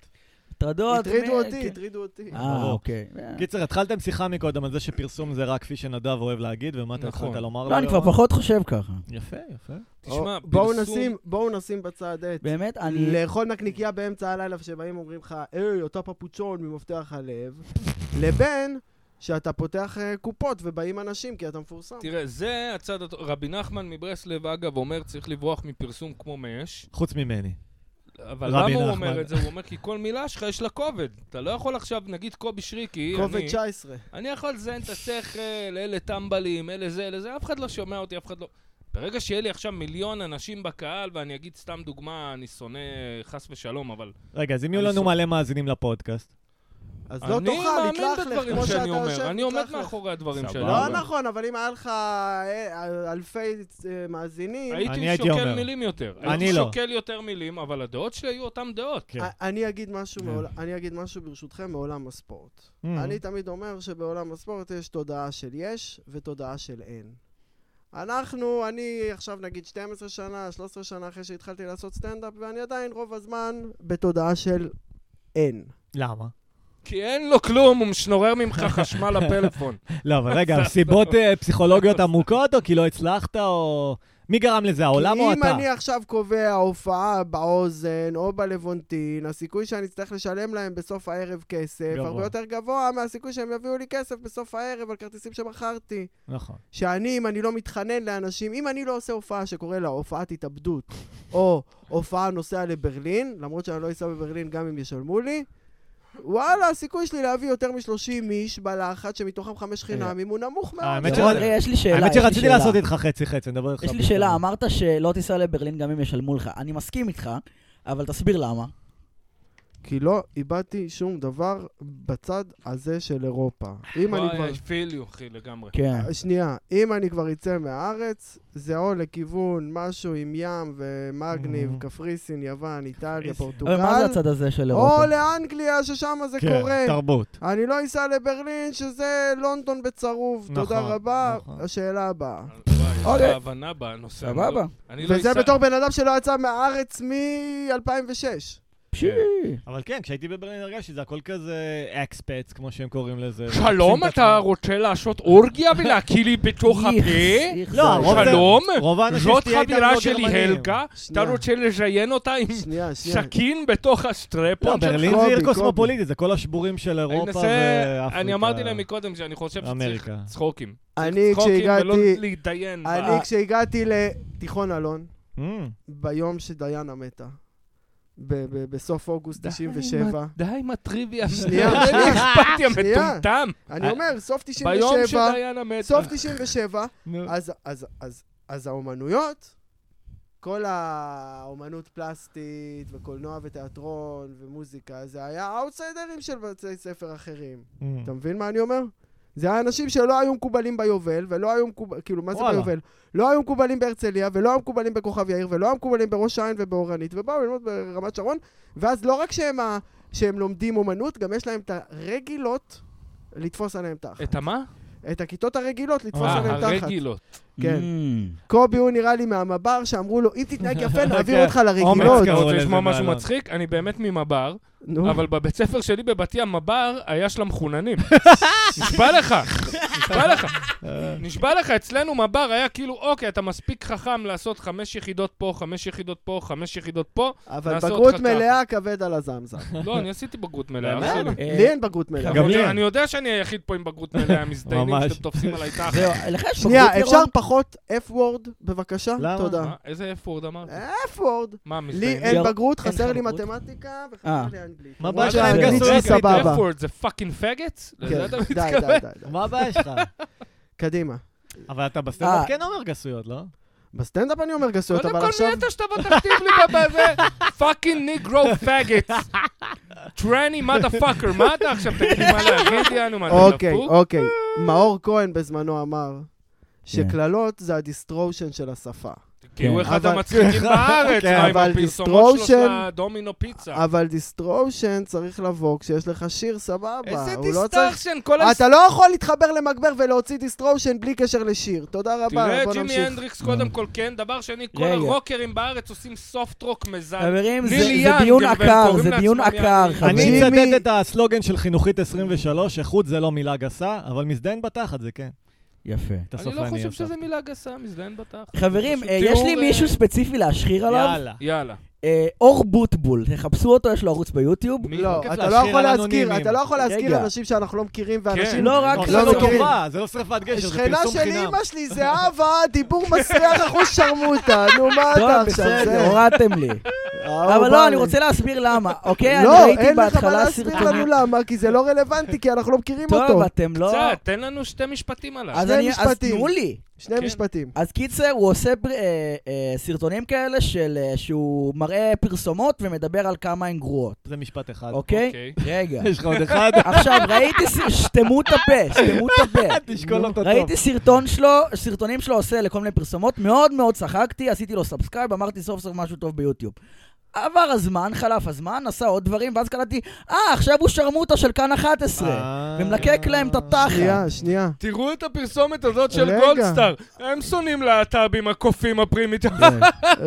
B: הטרדות.
D: הטרידו
B: מ-
D: אותי,
B: כן.
D: הטרידו אותי.
B: אה,
A: ברור.
B: אוקיי.
A: קיצר, התחלתם שיחה מקודם על זה שפרסום זה רק כפי שנדב אוהב להגיד, ומה אתה
C: נכון.
A: התחלת לומר
B: לא, אני כבר
A: ירון?
B: פחות חושב ככה.
A: יפה, יפה.
C: תשמע,
D: או, בואו
C: פרסום-
D: נשים, בואו נשים בצד את
B: באמת, אני...
D: לאכול נקניקייה באמצע הלילה שבאים אומרים לך, היי, אתה פפוצ'ון ממפתח הלב, לבין שאתה פותח אה, קופות ובאים אנשים כי אתה מפורסם.
C: תראה, זה הצד... הט- רבי נחמן מברסלב, אגב, אומר, צריך לברוח מפרסום כמו מאש.
A: חוץ ממני.
C: אבל
A: רבי
C: למה הוא
A: נחמן.
C: אומר את זה? הוא אומר, כי כל מילה שלך יש לה כובד. אתה לא יכול עכשיו, נגיד קובי שריקי,
D: כובד
C: אני-
D: 19.
C: אני יכול לזיין את השכל, אלה טמבלים, אלה זה, אלה זה, אף אחד לא שומע אותי, אף אחד לא... ברגע שיהיה לי עכשיו מיליון אנשים בקהל, ואני אגיד סתם דוגמה, אני שונא חס ושלום, אבל...
A: רגע, אז אם יהיו
C: אני
A: לנו
C: סוג-
A: מלא מאזינים לפודקאסט,
D: אז לא
C: אני
D: תאכל,
C: מאמין
D: יתלח לך
C: בדברים
D: כמו
C: שאני
D: שאתה יושב,
C: אומר, אני עומד
D: יתלח לך.
C: מאחורי הדברים
A: סבבה.
C: שאני
D: לא
C: אומר.
D: נכון, אבל אם היה לך אה, אלפי אה, מאזינים,
A: אני
C: הייתי
A: הייתי
C: שוקל
A: אומר.
C: מילים יותר.
A: אני
C: הייתי
A: לא.
C: שוקל יותר מילים, אבל הדעות שלי היו אותן דעות.
A: כן.
D: א- אני אגיד משהו
A: כן.
D: מעול- אני אגיד משהו ברשותכם מעולם הספורט.
A: Mm.
D: אני תמיד אומר שבעולם הספורט יש תודעה של יש ותודעה של אין. אנחנו, אני עכשיו נגיד 12 שנה, 13 שנה אחרי שהתחלתי לעשות סטנדאפ, ואני עדיין רוב הזמן בתודעה של אין.
A: למה?
C: כי אין לו כלום, הוא משנורר ממך חשמל לפלאפון.
A: לא, אבל רגע, סיבות אה, פסיכולוגיות עמוקות, או כי לא הצלחת, או... מי גרם לזה, העולם או
D: כי אם
A: אתה?
D: אני עכשיו קובע הופעה באוזן או בלוונטין, הסיכוי שאני אצטרך לשלם להם בסוף הערב כסף,
A: גבוה.
D: הרבה יותר גבוה מהסיכוי שהם יביאו לי כסף בסוף הערב על כרטיסים שמכרתי.
A: נכון.
D: שאני, אם אני לא מתחנן לאנשים, אם אני לא עושה הופעה שקורא לה הופעת התאבדות, או הופעה נוסע לברלין, למרות שאני לא אסע בברלין גם אם ישלמו לי, וואלה, הסיכוי שלי להביא יותר מ-30 איש בלחץ, שמתורם חמש חינמים, הוא נמוך מאוד.
A: אה, האמת
B: ירון,
A: שזה-
B: רגע, יש לי שאלה.
A: האמת
B: יש לי
A: שרציתי
B: שאלה.
A: לעשות איתך חצי חצי, נדבר איתך.
B: יש לי
A: בקצרה.
B: שאלה, אמרת שלא תיסע לברלין גם אם ישלמו לך. אני מסכים איתך, אבל תסביר למה.
D: כי לא איבדתי שום דבר בצד הזה של אירופה. אם אני כבר...
C: וואי, פיליו, אחי, לגמרי.
B: כן.
D: אה, שנייה, אם אני כבר אצא מהארץ, זה או לכיוון משהו עם ים ומגניב,
A: Mm.
D: קפריסין, יוון, איטליה,
A: קפריסין.
B: Mm-hmm. אבל מה זה
D: פורטוגל,
B: הצד הזה של
D: או
B: אירופה?
D: לאנגליה, ששם זה
A: כן,
D: קורה.
A: תרבות.
D: אני לא אסע לברלין, שזה לונדון בצרוב.
A: נכון,
D: תודה רבה.
A: נכון.
D: השאלה הבאה.
C: וואי, יש
B: אוקיי.
C: לך הבנה בנושא. אני
B: סבבה.
C: לא- אני לא
D: וזה
C: אסע-
D: בתור בן אדם שלא יצא מהארץ מ-2006.
B: פשי.
A: אבל כן, כשהייתי בברלין הרגשתי זה הכל כזה אקספץ, כמו שהם קוראים לזה.
C: שלום, אתה רוצה לעשות אורגיה ולהקיא לי בתוך הפה?
B: איך, איך
A: לא,
B: זה-
A: הרוב זה-
C: שלום,
A: רוב האנשים
C: זאת
A: שתהיה איתם
C: חבירה
A: לא
C: שלי
A: גרמנים.
C: הלקה, אתה
D: שנייה.
C: רוצה לזיין אותה עם
D: שנייה, שנייה.
C: סכין בתוך
A: לא,
C: הסטרפון שלך?
A: ברלין זה עיר
D: קובי, קובי.
A: קוסמופוליטית, זה כל השבורים של
C: אני
A: אירופה
C: מנסה,
A: ואפריקה.
C: אני אמרתי להם מקודם שאני חושב שצריך
A: אמריקה.
C: צחוקים.
D: אני
C: צחוקים ולא
D: כשהגעתי...
C: להתדיין.
D: אני כשהגעתי לתיכון אלון,
A: Mm,
D: ביום שדיינה מתה, ב- ב- בסוף אוגוסט
C: די,
D: 97,
C: די עם הטריוויה.
D: שנייה,
C: אין לי
D: שנייה.
C: אכפתיה
D: שנייה.
C: מטומטם.
D: אני אומר, סוף
C: אה, ביום
D: 97,
C: שדיינה מתה.
D: סוף 97,
A: נו.
D: אז, אז, אז, אז האומנויות, כל האומנות פלסטית וקולנוע ותיאטרון ומוזיקה, זה היה האאוטסיידרים של בתי ספר אחרים.
A: Mm.
D: אתה מבין מה אני אומר? זה היה אנשים שלא היו מקובלים ביובל, ולא היו מקובלים, כאילו, מה זה
A: וואלה.
D: ביובל? לא היו מקובלים בהרצליה, ולא היו מקובלים בכוכב יאיר, ולא היו מקובלים בראש העין ובאורנית, ובאו ללמוד ברמת שרון, ואז לא רק שהם, ה... שהם לומדים אומנות, גם יש להם את הרגילות לתפוס עליהם תחת.
C: את
A: אה,
C: המה?
D: את הכיתות הרגילות לתפוס
C: אה,
D: עליהם תחת.
C: הרגילות.
D: כן.
B: Mm.
D: קובי הוא נראה לי מהמבר שאמרו לו, אם תתנהג יפה נעביר
A: כן.
D: אותך
A: אומץ
D: לרגילות.
A: קראו
C: אתה רוצה
A: לזה
C: לשמוע משהו
A: בעלות.
C: מצחיק? אני באמת ממב"ר,
D: נו,
C: אבל בבית ספר שלי בבת ים מב"ר היה של המחוננים. נשבע לך, נשבע לך,
A: אה,
C: נשבע לך, אצלנו מב"ר היה כאילו, אוקיי, אתה מספיק חכם לעשות חמש יחידות פה, חמש יחידות פה, חמש יחידות פה.
D: אבל
C: נעשה
D: בגרות
C: אותך
D: מלאה כבד על הזמזם.
C: לא, אני עשיתי בגרות מלאה.
A: באמת?
C: בסדר.
B: אה,
D: לי אין בגרות מלאה.
A: גם לי
C: אני-
A: אין.
C: אני יודע שאני היחיד פה עם בגרות מלאה, המזדיינים
A: ממש.
C: שאתם תופסים עליי תחת.
B: זהו, לך יש בגרות,
D: שנייה, אפשר
B: ירון?
D: פחות F-word בבקשה?
A: למה?
D: תודה.
C: מה? איזה אפורד אמרת?
D: F-word.
C: מה,
D: אה? לי
C: מזדיינים?
D: אין
B: ירון,
D: בגרות,
B: אין לך
D: חסר לי
B: בגרות?
D: מתמטיקה
B: אה.
D: וחסר לי אנגלית.
A: מה
D: למרות
A: הבעיה שלהם?
D: שהאנגלית
A: גסו
D: שלי
A: רגלית,
D: סבבה.
C: אפורד זה פאקינג פגץ? לזה
D: כן,
C: אתה
D: די, די,
C: מתכוון?
D: די, די.
A: מה הבעיה שלך?
D: קדימה.
A: אבל אתה בסטנדאפ
B: אה.
A: כן אומר גסויות, לא?
D: בסטנדאפ אני אומר גסויות,
C: קודם
D: אבל
C: כל
D: עכשיו...
C: נטע שאתה בוא תכתיב לי בזה, פאקינג ניגרו פאגטס. טרני מדה פאקר, מה אתה עכשיו תגיד לי מה להגיד יענו, מה אתה
D: אוקיי,
C: דפוק?
D: אוקיי. מאור כהן בזמנו אמר שקללות זה הדיסטרוਸ਼ਨ של השפה.
C: כי הוא
B: כן.
C: אחד
D: אבל-
C: המצחיקים בארץ,
A: כן,
C: מה עם
D: אבל
C: הפרסומות שלו של
D: Distortion-
C: הדומינו פיצה.
D: אבל דיסטרושן צריך לבוא כשיש לך שיר סבבה.
C: איזה
D: הוא לא צריך-
C: דיסטרשן, כל ה...
D: אתה לא יכול להתחבר למגבר ולהוציא דיסטרושן בלי קשר לשיר. תודה רבה,
C: תראה,
D: בוא
C: ג'ימי
D: נמשיך.
C: הנדריקס קודם כל כן, דבר שני, כל
B: רגע.
C: הרוקרים בארץ עושים סופט רוק מזל.
B: חברים, זה-
C: לילי
B: זה
C: יאנג,
B: דיון
C: הם
B: עקר,
C: קוראים
B: זה דיון
C: לעצמם
B: עקר,
C: יאנג.
B: חברים.
A: אני
D: ג'ימי-
A: אצטט את הסלוגן של חינוכית 23, איכות זה לא מילה גסה, אבל מזדיין בתחת זה כן.
B: יפה.
A: את
C: אני
A: הסוף
C: לא חושב
A: הוספתי.
C: שזה מילה גסה, מזדיין בתחת.
B: חברים,
C: זה
B: אה,
C: פשוט
B: יש לי
C: תיאור, אה,
B: מישהו ספציפי להשחיר עליו,
A: יאללה.
C: יאללה.
B: אה, אור בוטבול, תחפשו אותו, יש לו ערוץ ביוטיוב.
C: מי-
D: לא,
A: כיף
D: אתה לא
A: להשאיר
D: יכול
A: על
D: להזכיר,
A: אנונימים.
D: אתה לא יכול להזכיר
B: רגע.
D: אנשים שאנחנו לא מכירים
C: כן.
D: ואנשים...
B: לא רק
A: לא,
D: לא
A: זה לא
D: מכירים.
A: טובה, זה לא שרפת גשר, זה
D: שכנה
A: פרסום
D: של
A: חינם.
D: אימא שלי, זהבה, דיבור מסריח אחוז שרמוטה, נו מה
B: טוב,
D: אתה עכשיו,
B: בסדר,
D: זה?
B: הורדתם לי.
D: אה, הוא
B: אבל
D: בא
B: לא, אני
D: לי.
B: רוצה להסביר למה, אוקיי? אני
D: לא,
B: ראיתי
D: אין לך מה
B: בהתחלה
D: להסביר לנו
B: סרטונים.
D: למה, כי זה לא רלוונטי, כי אנחנו לא מכירים
B: טוב,
D: אותו.
B: אתם לא...
C: קצת, תן לנו שתי משפטים עליו.
B: אז
D: שני
B: אני- אז
D: משפטים.
B: תנו לי.
D: שני
C: כן.
D: משפטים.
B: אז קיצר, הוא עושה פר- אה, אה, סרטונים כאלה של אה, שהוא מראה פרסומות ומדבר על כמה הן גרועות,
A: זה משפט אחד.
B: אוקיי?
C: אוקיי.
B: רגע.
A: יש לך עוד אחד?
B: עכשיו, ראיתי... ס- שתמו את הפה, שתמו את הפה.
A: תשקול אותו טוב.
B: ראיתי סרטון שלו, סרטונים שלו עושה לכל מיני פרסומות, מאוד מאוד צחקתי, עשיתי לו סאבסקייב, אמרתי סוף סוף משהו טוב ביוטיוב. עבר הזמן, חלף הזמן, עשה עוד דברים, ואז קלטתי, אה, עכשיו הוא שרמוטה של כאן 11.
A: אה.
B: ומלקק להם את התחת.
D: שנייה, שנייה.
C: תראו את הפרסומת הזאת של
D: רגע.
C: גולדסטאר. הם שונאים להט"בים, הקופים הפרימיטיבים.
B: כן.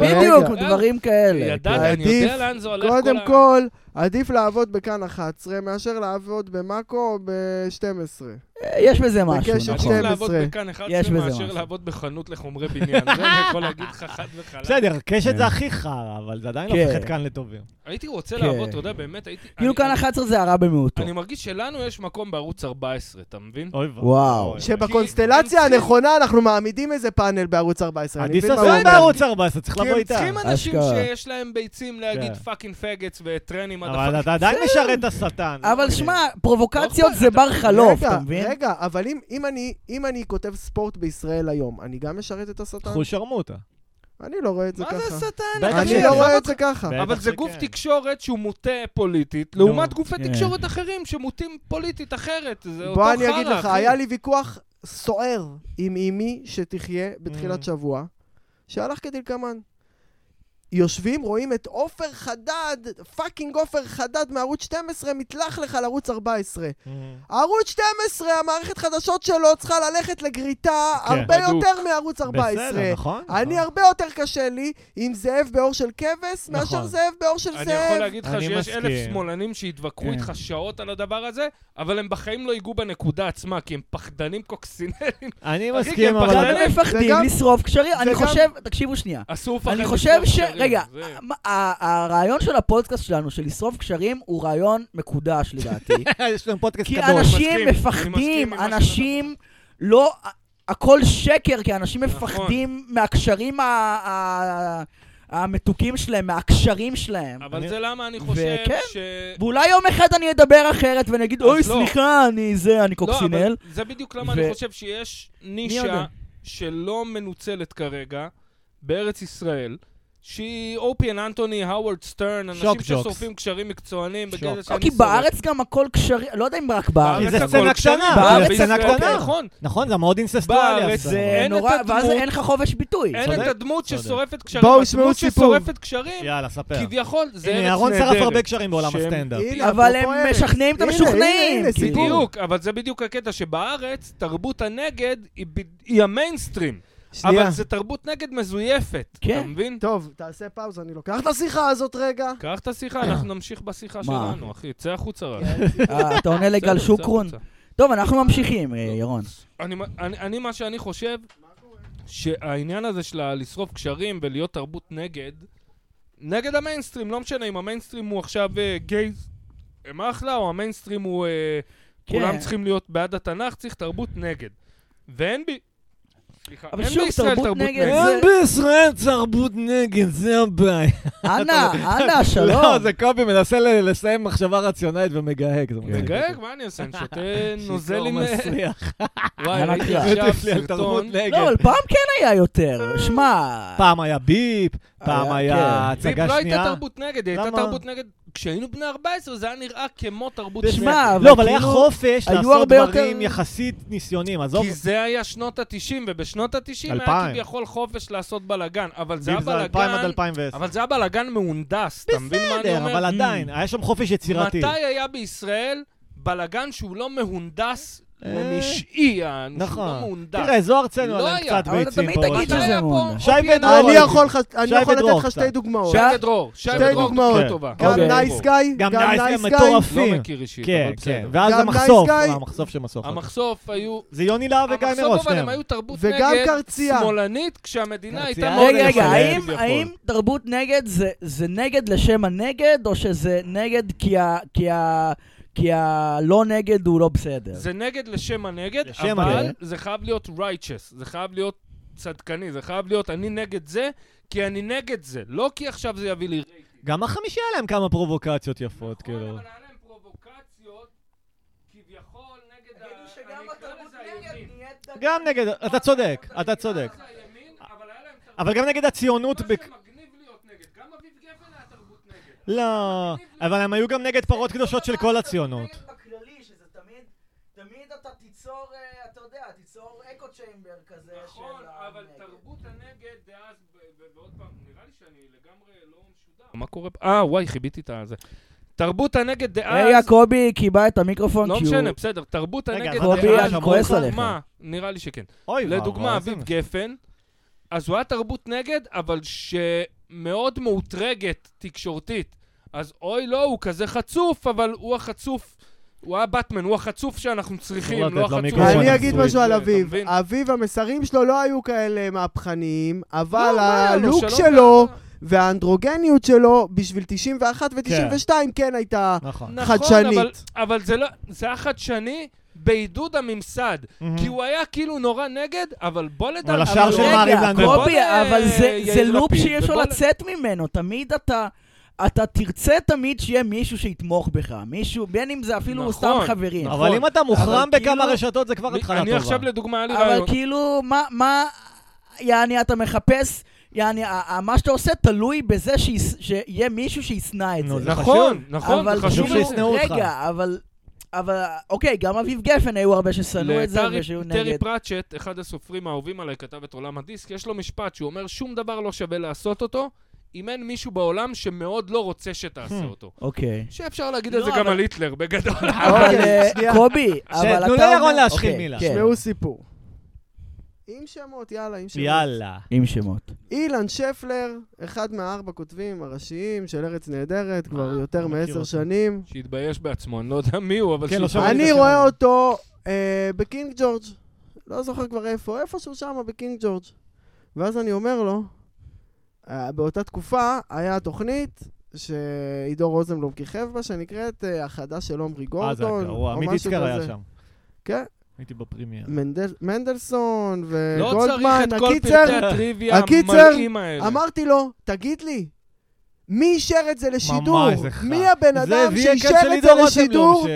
B: בדיוק,
D: רגע.
B: דברים כאלה.
C: ידעתי, אני יודע
D: עדיף-
C: לאן זה הולך.
D: קודם
C: ה-
D: כל, עדיף לעבוד בכאן 11 מאשר לעבוד במאקו או ב-12.
B: אה, יש בזה משהו,
D: בקשת
B: נכון.
C: עדיף
D: שתים-
C: לעבוד
D: 12.
C: בכאן 11
B: יש בזה
C: מאשר
B: משהו.
C: לעבוד בחנות לחומרי בניין. זה אני יכול להגיד לך חד וחלק.
A: בסדר, קשת
B: כן.
A: זה הכי חרא, אבל זה עדיין לא
B: כן.
A: הופך את כאן לטובים.
C: הייתי רוצה
B: כן.
C: לעבוד, אתה יודע, באמת, הייתי...
B: כאילו
C: אני-
B: כאן 11 זה הרע במיעוטו.
C: אני מרגיש שלנו יש מקום בערוץ 14, אתה מבין?
A: אוי ואבוי.
B: וואו.
D: שבקונסטלציה
C: הם צריכים-
D: הנכונה אנחנו מעמידים איזה פאנל בערוץ 14. אני
A: עדי
D: מבין מה הוא
A: ססון
D: אומר.
A: בערוץ 14, צריך
C: כי
A: לבוא
C: הם
A: איתה.
C: צריכים אנשים
B: אשכרה.
C: שיש להם ביצים להגיד
A: כן.
C: פאקינג פגץ וטרנים עד
A: אבל
C: הפאק.
A: אתה עדיין משרת את השטן. כן.
B: אבל שמע, פרובוקציות
C: לא
B: זה בר חלוף,
D: רגע,
B: אתה מבין?
D: רגע, אבל אם- אם אני- אם אני כותב ספורט בישראל היום, אני גם משרת את השטן?
A: קחו שרמוטה.
D: אני לא רואה את זה
C: מה זה
D: ככה.
C: השטן?
A: בטח
C: אחי?
D: אני
A: שכן.
D: לא רואה את זה ככה.
A: בטח
C: אבל זה גוף
A: שכן.
C: תקשורת שהוא מוטה פוליטית,
A: נו,
C: לעומת גופי
B: כן.
C: תקשורת אחרים שמוטים פוליטית אחרת. זה אותו
D: בוא
C: חרא,
D: אני אגיד לך,
C: אחי.
D: היה לי ויכוח סוער עם אימי שתחיה בתחילת
A: Mm.
D: שבוע, שהלך כדלקמן. יושבים, רואים את עופר חדד, פאקינג עופר חדד מערוץ 12, מתלח לך לערוץ 14. ערוץ 12, המערכת חדשות שלו צריכה ללכת לגריטה
A: כן,
D: הרבה
C: בדוק.
D: יותר מערוץ 14.
A: בסדר, נכון?
D: אני
A: נכון.
D: הרבה יותר קשה לי עם זאב בעור של כבש, מאשר
A: נכון.
D: זאב בעור של
C: אני יכול
D: זאב.
C: להגיד לך
A: אני
C: שיש
A: מסכים.
C: אלף שמאלנים שהתווכחו
B: כן.
C: איתך שעות על הדבר הזה, אבל הם בחיים לא ייגעו בנקודה עצמה, כי הם פחדנים קוקסינלים.
A: אני
C: אחי,
A: מסכים,
C: כן,
A: אבל...
C: פחדנים.
B: אתם מפחדים
D: גם-
B: לשרוף קשרים.
D: זה
B: אני
D: גם-
B: חושב, תקשיבו שנייה.
C: אסור לפחד.
B: אני
C: לשרוף
B: חושב ש...
C: קשרים,
B: רגע,
C: זה-
B: מה- ה- הרעיון של הפודקאסט שלנו, של לשרוף קשרים, הוא רעיון מקודש לדעתי.
A: יש לנו פודקאסט
B: כי
A: גדול.
B: אנשים
C: מסכים, אני מסכים
B: מפחדים,
C: עם מה
B: אנשים לא... הכל שקר, כי אנשים
C: נכון.
B: מפחדים מהקשרים ה- ה- המתוקים שלהם, מהקשרים שלהם.
C: אבל
A: אני-
C: זה למה אני כן. חושב
B: וכן.
C: ש...
B: ואולי יום אחד אני אדבר אחרת ואני אגיד,
C: אז
B: אוי,
C: לא."
B: סליחה, אני זה, אני
C: לא,
B: קוקסינל.
C: אבל זה בדיוק למה
B: ו-
C: אני חושב שיש
B: יודע?
C: נישה שלא מנוצלת כרגע בארץ ישראל, שהיא אופיאן אנטוני, האוורד סטרן, אנשים
A: שוק ג'וקס.
C: ששורפים קשרים מקצוענים
A: שוק.
C: בגלל
B: לא,
C: שאני
B: כי
C: שורף.
B: בארץ גם הכל קשרים, לא יודע אם רק בארץ.
A: כי זה
C: הכל
A: סצנה
C: קשרים.
A: קטנה,
B: בארץ
C: זה
A: סצנה
C: אוקיי,
A: קטנה.
C: נכון.
A: נכון, זה מאוד אינססטואלי.
C: בארץ
A: אז-
B: זה
C: אין
B: נורא,
C: את
B: ואז
C: הדמות.
B: אין לך חופש ביטוי.
C: אין
A: צודק,
C: את הדמות
A: צודק.
C: ששורפת קשרים,
D: בואו, שמעו
C: הדמות
D: סיפור.
C: ששורפת קשרים,
A: יאללה, ספר.
C: כביכול, זה ארץ
A: הנה,
C: נהדרת.
A: אהרון שרף הרבה קשרים בעולם
C: שהם-
A: הסטנדאפ.
D: הנה,
B: אבל
C: לא
D: אפרופו
B: הם
D: ארץ.
B: משכנעים את
D: הנה,
B: המשוכנעים.
D: הנה,
B: כאילו.
D: סיפור.
C: בדיוק, אבל זה בדיוק הקטע, שבארץ תרבות הנגד היא ב- היא המיינסטרים.
D: שנייה.
C: אבל זה תרבות נגד מזויפת,
B: כן.
C: אתה מבין?
D: טוב, תעשה פאוזה, אני לוקח את השיחה הזאת רגע.
C: קח את השיחה, אנחנו נמשיך בשיחה
B: מה?
C: שלנו, אחי. צא החוצה רק.
B: אה, אתה עונה לגל
C: בסדר, צא
B: שוקרון?
C: החוצה.
B: טוב, אנחנו ממשיכים, אה, ירון.
C: אני, אני, אני, מה שאני חושב, שהעניין הזה של ה- לשרוף קשרים ולהיות תרבות נגד, נגד המיינסטרים, לא משנה אם המיינסטרים הוא עכשיו אה, גייז, הם אחלה, או המיינסטרים הוא... אה,
B: כן.
C: כולם צריכים להיות בעד התנ"ך, צריך תרבות נגד. ואין בי... סליחה,
B: אבל
C: אין
B: שוב,
C: בישראל
B: תרבות
C: תרבות
B: נגד
C: נגד.
B: זה- אין
A: בישראל תרבות נגד, זה הבעיה.
B: אנא, אנא,
A: לא,
B: שלום.
A: זה קובי מנסה ל- לסיים מחשבה רציונלית ומגהק. זה מצחיק
C: מגייג,
A: אותי.
C: מה אני אעשה? אני שותה נוזל
A: שיכור
C: עם... אה,
A: מסריח.
C: וואי, ראיתי
B: ענק.
C: עכשיו
A: מטיף לי על תרבות
C: סרטון.
A: נגד.
B: לא, אבל פעם כן היה יותר. שמע,
A: פעם היה ביפ, פעם
B: היה-
A: היה
B: כן.
C: זיפ
A: הצגה
C: לא הייתה
A: שנייה.
C: תרבות נגד, היא הייתה
A: למה?
C: תרבות נגד... כשהיינו בני 14 זה היה נראה כמו תרבות נגד.
B: תשמע, אבל
A: לא, אבל היה
B: כאילו,
A: חופש
B: היו
A: לעשות
B: הרבה יותר-
A: דברים יחסית ניסיונים, עזוב.
C: כי זה היה שנות ה-90, ובשנות ה-90 היה
A: אלפיים.
C: כביכול חופש לעשות בלאגן. אבל זה היה
A: זיפ זה 2000 עד
C: בלאגן...
A: 2010.
C: אבל זה היה בלאגן מהונדס, אתה מבין מה אני
A: בסדר, אבל
C: אומר?
B: Mm.
A: עדיין, היה שם חופש יצירתי.
C: מתי היה בישראל בלאגן שהוא לא מהונדס
A: אה,
C: משעי, שהוא לא
A: נכון.
C: מהונדס?
A: תראה, זוהר צנו
C: לא
A: עליהם
C: היה,
A: קצת
B: אבל
A: ביצים
B: תמיד
A: פה.
B: תגיד
A: ראש.
C: מתי
B: שזה
C: היה פה
B: מהונדס.
A: שי
C: אופי
A: בן
C: הדור?
A: דרור.
D: אני יכול לך- אני
A: שי
D: יכול
A: ודרור
D: לתת לך
A: קצת.
D: שתי דוגמאות.
C: שי
B: שי-
C: בדרור, שי
D: שתי
C: בדרור,
D: דוגמאות.
C: דוגמה טובה.
D: גם
B: אוקיי.
D: נייס גאי,
A: כן. גם
D: גם
A: נייס
D: נייס
A: גיא
D: גאי.
A: מטורפים.
C: לא מכיר אישית,
A: כן,
C: אבל
A: כן.
C: בסדר.
A: ואז
D: גם
A: המחשוף,
D: נייס גיא.
A: המחשוף שמסוף.
C: המחשוף היו...
A: זה יוני להב וגיא מרוז,
C: המחשוף אבל
A: שניהם.
C: הם היו תרבות
D: וגם
C: נגד
D: קרצייה.
C: שמאלנית, כשהמדינה הייתה
A: קרצייה.
C: מאוד
B: רגע, רגע,
A: שלהם,
B: האם-
C: כביכול.
B: האם תרבות נגד זה- זה נגד לשם הנגד, או שזה נגד כי ה- כי ה- כי הלא נגד הוא לא בסדר?
C: זה נגד לשם הנגד,
A: לשם
C: אבל
A: הנגד.
C: זה חייב להיות righteous, זה חייב להיות צדקני, זה חייב להיות אני נגד זה, כי אני נגד זה, לא כי עכשיו זה יביא לי...
A: גם החמישי היה להם כמה פרובוקציות יפות, כאילו.
C: נכון, אבל היה להם פרובוקציות, כביכול נגד ה...
A: גם נגד, אתה צודק, אתה צודק. אבל גם נגד הציונות, בק- לא, אבל הם היו גם נגד פרות קדושות של כל הציונות.
B: בכללי, שזה תמיד, תמיד אתה תיצור, אה, אתה יודע, תיצור אקו צ'יימבר כזה
C: נכון, אבל תרבות הנגד דאז, ב- ב- ועוד פעם, נראה לי שאני לגמרי לא משודר. מה קורה? פה? אה, וואי, חיביתי את הזה. תרבות הנגד דאז...
B: רגע, קובי קיבע את המיקרופון
C: לא
B: כי הוא...
C: משנה, בסדר, תרבות
A: רגע,
C: הנגד
A: אז
B: קובי,
C: דאז,
B: אני כועס
C: לדוגמה-
B: עליך.
C: נראה לי שכן.
A: אוי, ואבוי,
C: לדוגמה,
A: איזה
C: אביב גפן, אז הוא היה תרבות נגד, אבל שמאוד מאותרגת תקשורתית. אז אוי לא, הוא כזה חצוף, אבל הוא החצוף, הוא היה באטמן, הוא החצוף שאנחנו צריכים,
A: לא לתת
C: לא
A: לו
C: החצוף.
A: מיקרופון.
D: אני אגיד
A: סוויץ',
D: משהו על
C: אתה
D: אביב.
C: מבין?
D: אביב, המסרים שלו לא היו כאלה מהפכניים, אבל
C: לא, מה היה לו?
D: הלוק
C: שלום
D: שלו
C: ואהבה.
D: והאנדרוגניות שלו בשביל 91 ו-92 כן הייתה...
A: נכון.
C: נכון,
D: חדשנית.
C: אבל- אבל זה לא, זה היה חדשני בעידוד הממסד. כי הוא היה כאילו נורא נגד, אבל בוא לדעת...
A: Mm.
C: לא-
A: אבל השער של
C: רגע,
A: מעריב
B: רגע,
A: לאנגליה.
B: קובי,
C: ובוא ל-
B: אבל זה- זה
C: יאיר
B: לופ
C: לפיד,
B: שאי אפשר
C: ובוא ל-
B: לצאת ממנו, תמיד אתה... אתה תרצה תמיד שיהיה מישהו שיתמוך בך, מישהו, בין אם זה אפילו
C: נכון,
B: סתם חברים.
A: אבל אם אתה מוחרם
C: אבל
A: בכמה
C: כאילו-
A: רשתות, זה כבר
C: אני-
A: התחלה
C: אני
A: טובה.
C: עכשיו לדוגמה, היה לי
B: אבל
C: רעיון.
B: כאילו, מה, מה, יעני, אתה מחפש, יעני, ה- ה- מה שאתה עושה תלוי בזה שיש- שיהיה מישהו שישנא את
A: נו,
B: זה.
A: זה
C: נכון, נכון,
B: אבל
C: זה חשוב
B: כאילו,
A: שישנא
C: מאוד.
A: שישנאו אותך.
B: רגע, אבל, אבל, אוקיי, גם אביב גפן היו הרבה ששנאו את זה
C: לטרי-
B: ושהיו
C: טרי
B: נגד.
C: פרצ'ט, אחד הסופרים האהובים עליי, כתב את עולם הדיסק, יש לו משפט שהוא אומר, שום דבר לא שווה לעשות אותו, אם אין מישהו בעולם שמאוד לא רוצה שתעשה
A: Hmm.
C: אותו.
B: אוקיי.
C: שאפשר להגיד
B: לא,
C: את זה גם
B: אבל-
C: על היטלר, בגדול.
B: אבל אה,
D: שנייה.
B: קובי, אבל אתה...
A: אוקיי, תנו לירון
B: אומר-
A: להשחיל
B: אוקיי,
A: מילה.
B: כן.
D: תשמעו סיפור. עם שמות, יאללה, עם שמות.
A: יאללה. אה,
B: עם שמות.
D: אילן שפלר, אחד מהארבע כותבים הראשיים של ארץ נהדרת, כבר יותר
A: אה, מכיר
D: מעשר
A: אותו.
D: שנים.
C: שיתבייש בעצמו, אני לא יודע מי הוא, אבל...
A: כן, לא
C: שיתבייש.
A: שמעתי. את
D: אני
A: השם
D: רואה
A: הזה.
D: אותו אה, בקינג ג'ורג', לא זוכר כבר איפה, איפשהו שם בקינג ג'ורג'. ואז אני אומר לו, אה, באותה תקופה היה תוכנית שעידו רוזנבלום כיכב בה, שנקראת אה, החדש של עומרי גורדון.
A: אה, זה היה גרוע.
D: או
A: עמית
D: משהו
A: יצקר היה
D: כזה.
A: שם.
D: כן,
A: הייתי בפרימייר.
D: מנדל, מנדלסון
C: לא צריך
D: וגולדמן.
C: את כל
D: הקיצר,
C: פרטי הטריוויה
D: הקיצר,
C: המלאים האלה.
D: אמרתי לו, תגיד לי, מי אישר את זה לשידור?
A: ממש, זה חרא.
D: מי הבן אדם שאישר את זה
A: לא,
D: לשידור?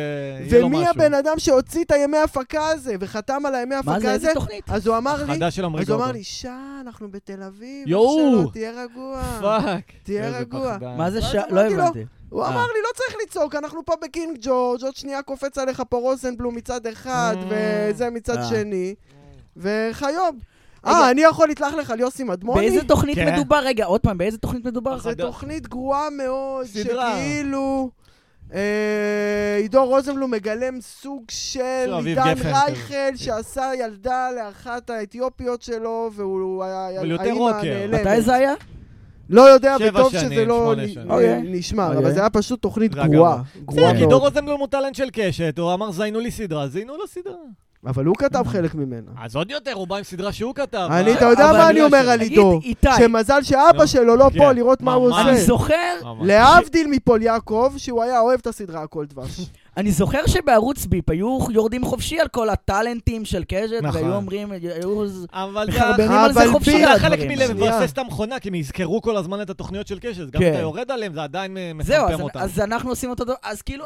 D: ומי הבן אדם שהוציא את הימי הפקה הזה, וחתם על הימי
B: מה זה,
D: הפקה
B: איזה
D: הזה?
B: תוכנית?
D: אז הוא אמר לי,
A: החדש של עמרי
D: אז הוא אמר
A: גורדון.
D: לי, שי, אנחנו בתל אביב, אח
A: יואו.
D: שלו, תהיה רגוע.
A: פאק.
D: תהיה
A: איזה
D: רגוע.
A: פחדן.
B: מה זה
D: ואז
B: ש...
D: אמרתי
B: לא
D: לו,
B: הבנתי.
D: הוא
B: אה.
D: אמר לי, לא צריך לצעוק, אנחנו פה בקינג ג'ורג', עוד שנייה קופץ עליך פה רוזנבלום מצד אחד,
A: Mm.
D: וזה מצד
B: אה.
D: שני, וכיום.
B: רגע.
D: אה, אני יכול לתלכלך על יוסי מדמוני?
B: באיזה תוכנית
A: כן.
B: מדובר? רגע, עוד פעם, באיזה תוכנית מדובר?
D: זו תוכנית גרועה מאוד,
A: סדרה.
D: שכאילו... אה, עידו רוזנבלום מגלם סוג של
A: של אביב
D: עידן
A: גפן
D: רייכל שעשה ילדה לאחת האתיופיות שלו והוא היה
A: אבל יותר
D: האימא
A: רוקר.
D: הנעלמת.
B: מתי זה היה?
D: לא יודע,
A: שבע
D: וטוב
A: שנים,
D: שזה לא
A: שמונה
D: נ-
A: שנים.
D: נ-
B: אוקיי.
D: נשמע,
B: אוקיי.
D: אבל זה היה פשוט תוכנית
A: זה היה
D: גרועה. גרועה
A: בסדר, כי דור
D: מאוד.
A: רוזנבלום הוא טאלנט של קשת, הוא אמר זיינו לי סדרה, אז זיינו לו סדרה.
D: אבל הוא כתב חלק ממנה.
A: אז עוד יותר, הוא בא עם סדרה שהוא כתב.
D: אני,
A: אה?
D: אתה יודע
A: אבל
D: מה אני
A: לא
D: אומר
A: אשם.
D: על
B: תגיד,
D: עידו?
B: איתי.
D: שמזל שאבא
A: לא.
D: שלו לא פה
A: כן,
D: לראות מה הוא
A: ממש.
D: עושה.
B: אני זוכר
A: ממש.
D: להבדיל מפול יעקב, שהוא היה אוהב את הסדרה הכל דבש.
B: אני זוכר שבערוץ ביפ היו יורדים חופשי על כל הטאלנטים של קשת,
A: נכון.
B: והיו אומרים, היו ז-
A: אבל זה
B: מחרבנים
D: אבל
B: על זה
D: ביפ
B: חופשי על
A: זה חלק
B: הדברים. האלה.
A: מלבסס את המכונה, כי הם יזכרו כל הזמן את התוכניות של קשת. גם
B: כן.
A: אם אתה יורד עליהם, זה עדיין אה,
B: זהו, אז-
A: מחמם אותם.
B: אז אנחנו עושים אותו דבר, אז כאילו...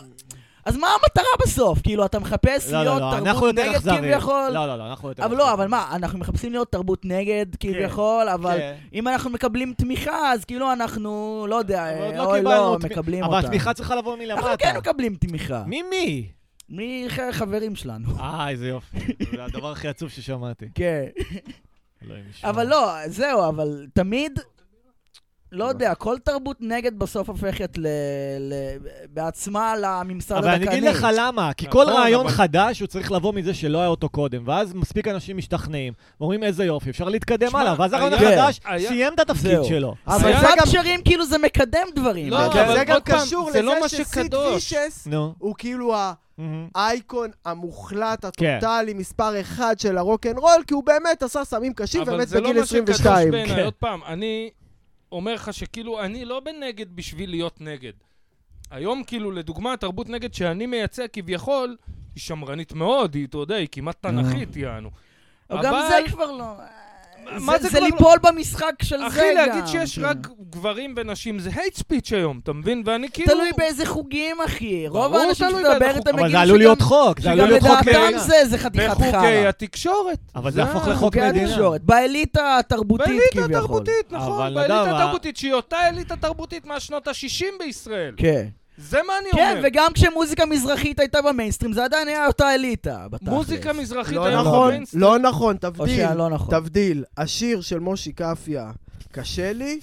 B: אז מה המטרה בסוף? כאילו, אתה מחפש
A: לא, לא,
B: להיות
A: לא, אנחנו
B: תרבות
A: יותר
B: נגד
A: אכזריים.
B: כביכול?
A: לא, לא, לא, אנחנו יותר
B: אבל לא, אבל מה, אנחנו מחפשים להיות תרבות נגד כביכול, אבל
A: כן.
B: אם אנחנו מקבלים תמיכה, אז כאילו אנחנו, לא יודע,
A: אבל עוד לא
B: אוי
A: קיבלנו
B: לא,
A: תמי-
B: מקבלים אותה.
A: אבל התמיכה צריכה לבוא מלמטה.
B: אנחנו כן מקבלים תמיכה.
A: ממי?
B: מחברים שלנו.
A: אה, איזה יופי. זה הדבר הכי עצוב ששמעתי.
B: כן.
A: אלוהים ישמור.
B: אבל לא, זהו, אבל תמיד, לא יודע, כל תרבות נגד בסוף הופכת ל... ל- בעצמה לממסד
A: אבל
B: הדכאני.
A: אני אגיד לך למה, כי כל
C: נכון,
A: רעיון
C: אבל-
A: חדש, הוא צריך לבוא מזה שלא היה אותו קודם, ואז מספיק אנשים משתכנעים, ואומרים איזה יופי, אפשר להתקדם
C: שמע,
A: הלאה, ואז הרעיון
B: היה-
A: החדש
C: היה-
A: סיים את התפקיד
B: זהו.
A: שלו.
B: אבל
C: היה
B: זה
C: גם-
B: הקשרים, כאילו זה מקדם דברים.
C: לא,
B: אתה יודע.
C: אבל
D: זה גם
C: עוד פעם,
D: קשור
C: זה לא
D: לזה
C: מה
D: שסיד
C: שקדוש.
D: וישס
A: נו.
D: הוא כאילו ה...
A: מהמם.
D: האייקון
A: כן.
D: המוחלט, הטוטאלי, מספר אחד של הרוקנרול, כי הוא באמת עשה סמים קשים,
C: אבל
D: באמת
C: זה לא
D: בגיל
C: מה שקדוש
D: 22.
C: בעיניי,
A: כן.
C: עוד פעם, אני אומר לך שכאילו, אני לא בנגד בשביל להיות נגד. היום כאילו, לדוגמה, התרבות נגד שאני מייצא כביכול, היא שמרנית מאוד, היא, אתה יודע, היא כמעט
D: אה.
C: תנכית, יענו.
B: גם
C: אבל-
B: זה כבר לא...
C: מה
B: זה
C: זה
B: זה
C: כבר לא?
B: ליפול במשחק של זה גם.
C: אחי, להגיד שיש
B: כן.
C: רק גברים ונשים זה hate speech היום, אתה מבין? ואני כאילו...
B: תלוי באיזה חוגים, אחי. רוב
C: ברור
B: האנשים
C: תלוי
B: שאתה מדבר
C: באיזה
B: איתם
C: חוג.
B: מגיעים
A: אבל זה עלול להיות חוק, זה עלול
B: שגם
A: להיות חוק
B: לדעתם
A: מדינה.
B: זה, זה חתיכת
C: בחוקי
B: חרא.
C: התקשורת.
A: אבל זה יהפוך
C: ה-
A: לחוק
B: חוקי
A: מדינה.
B: התקשורת, באליטה התרבותית
C: באליטה
B: כביכול.
C: תרבותית, נכון.
A: אבל
C: באליטה
A: נדב, ה-
C: תרבותית, שהיא אותה אליטה תרבותית מהשנות ה-60 בישראל.
B: כן.
C: זה מה אני
B: כן,
C: אומר.
B: וגם כשמוזיקה מזרחית הייתה במיינסטרים, זה עדיין היה אותה אליטה. בתכלס.
C: מוזיקה מזרחית
D: לא
C: היום
D: נכון,
C: במיינסטרים.
D: לא נכון,
B: או
D: תבדיל,
B: שהיה לא נכון.
D: תבדיל. השיר של מושי קפיה, קשה לי,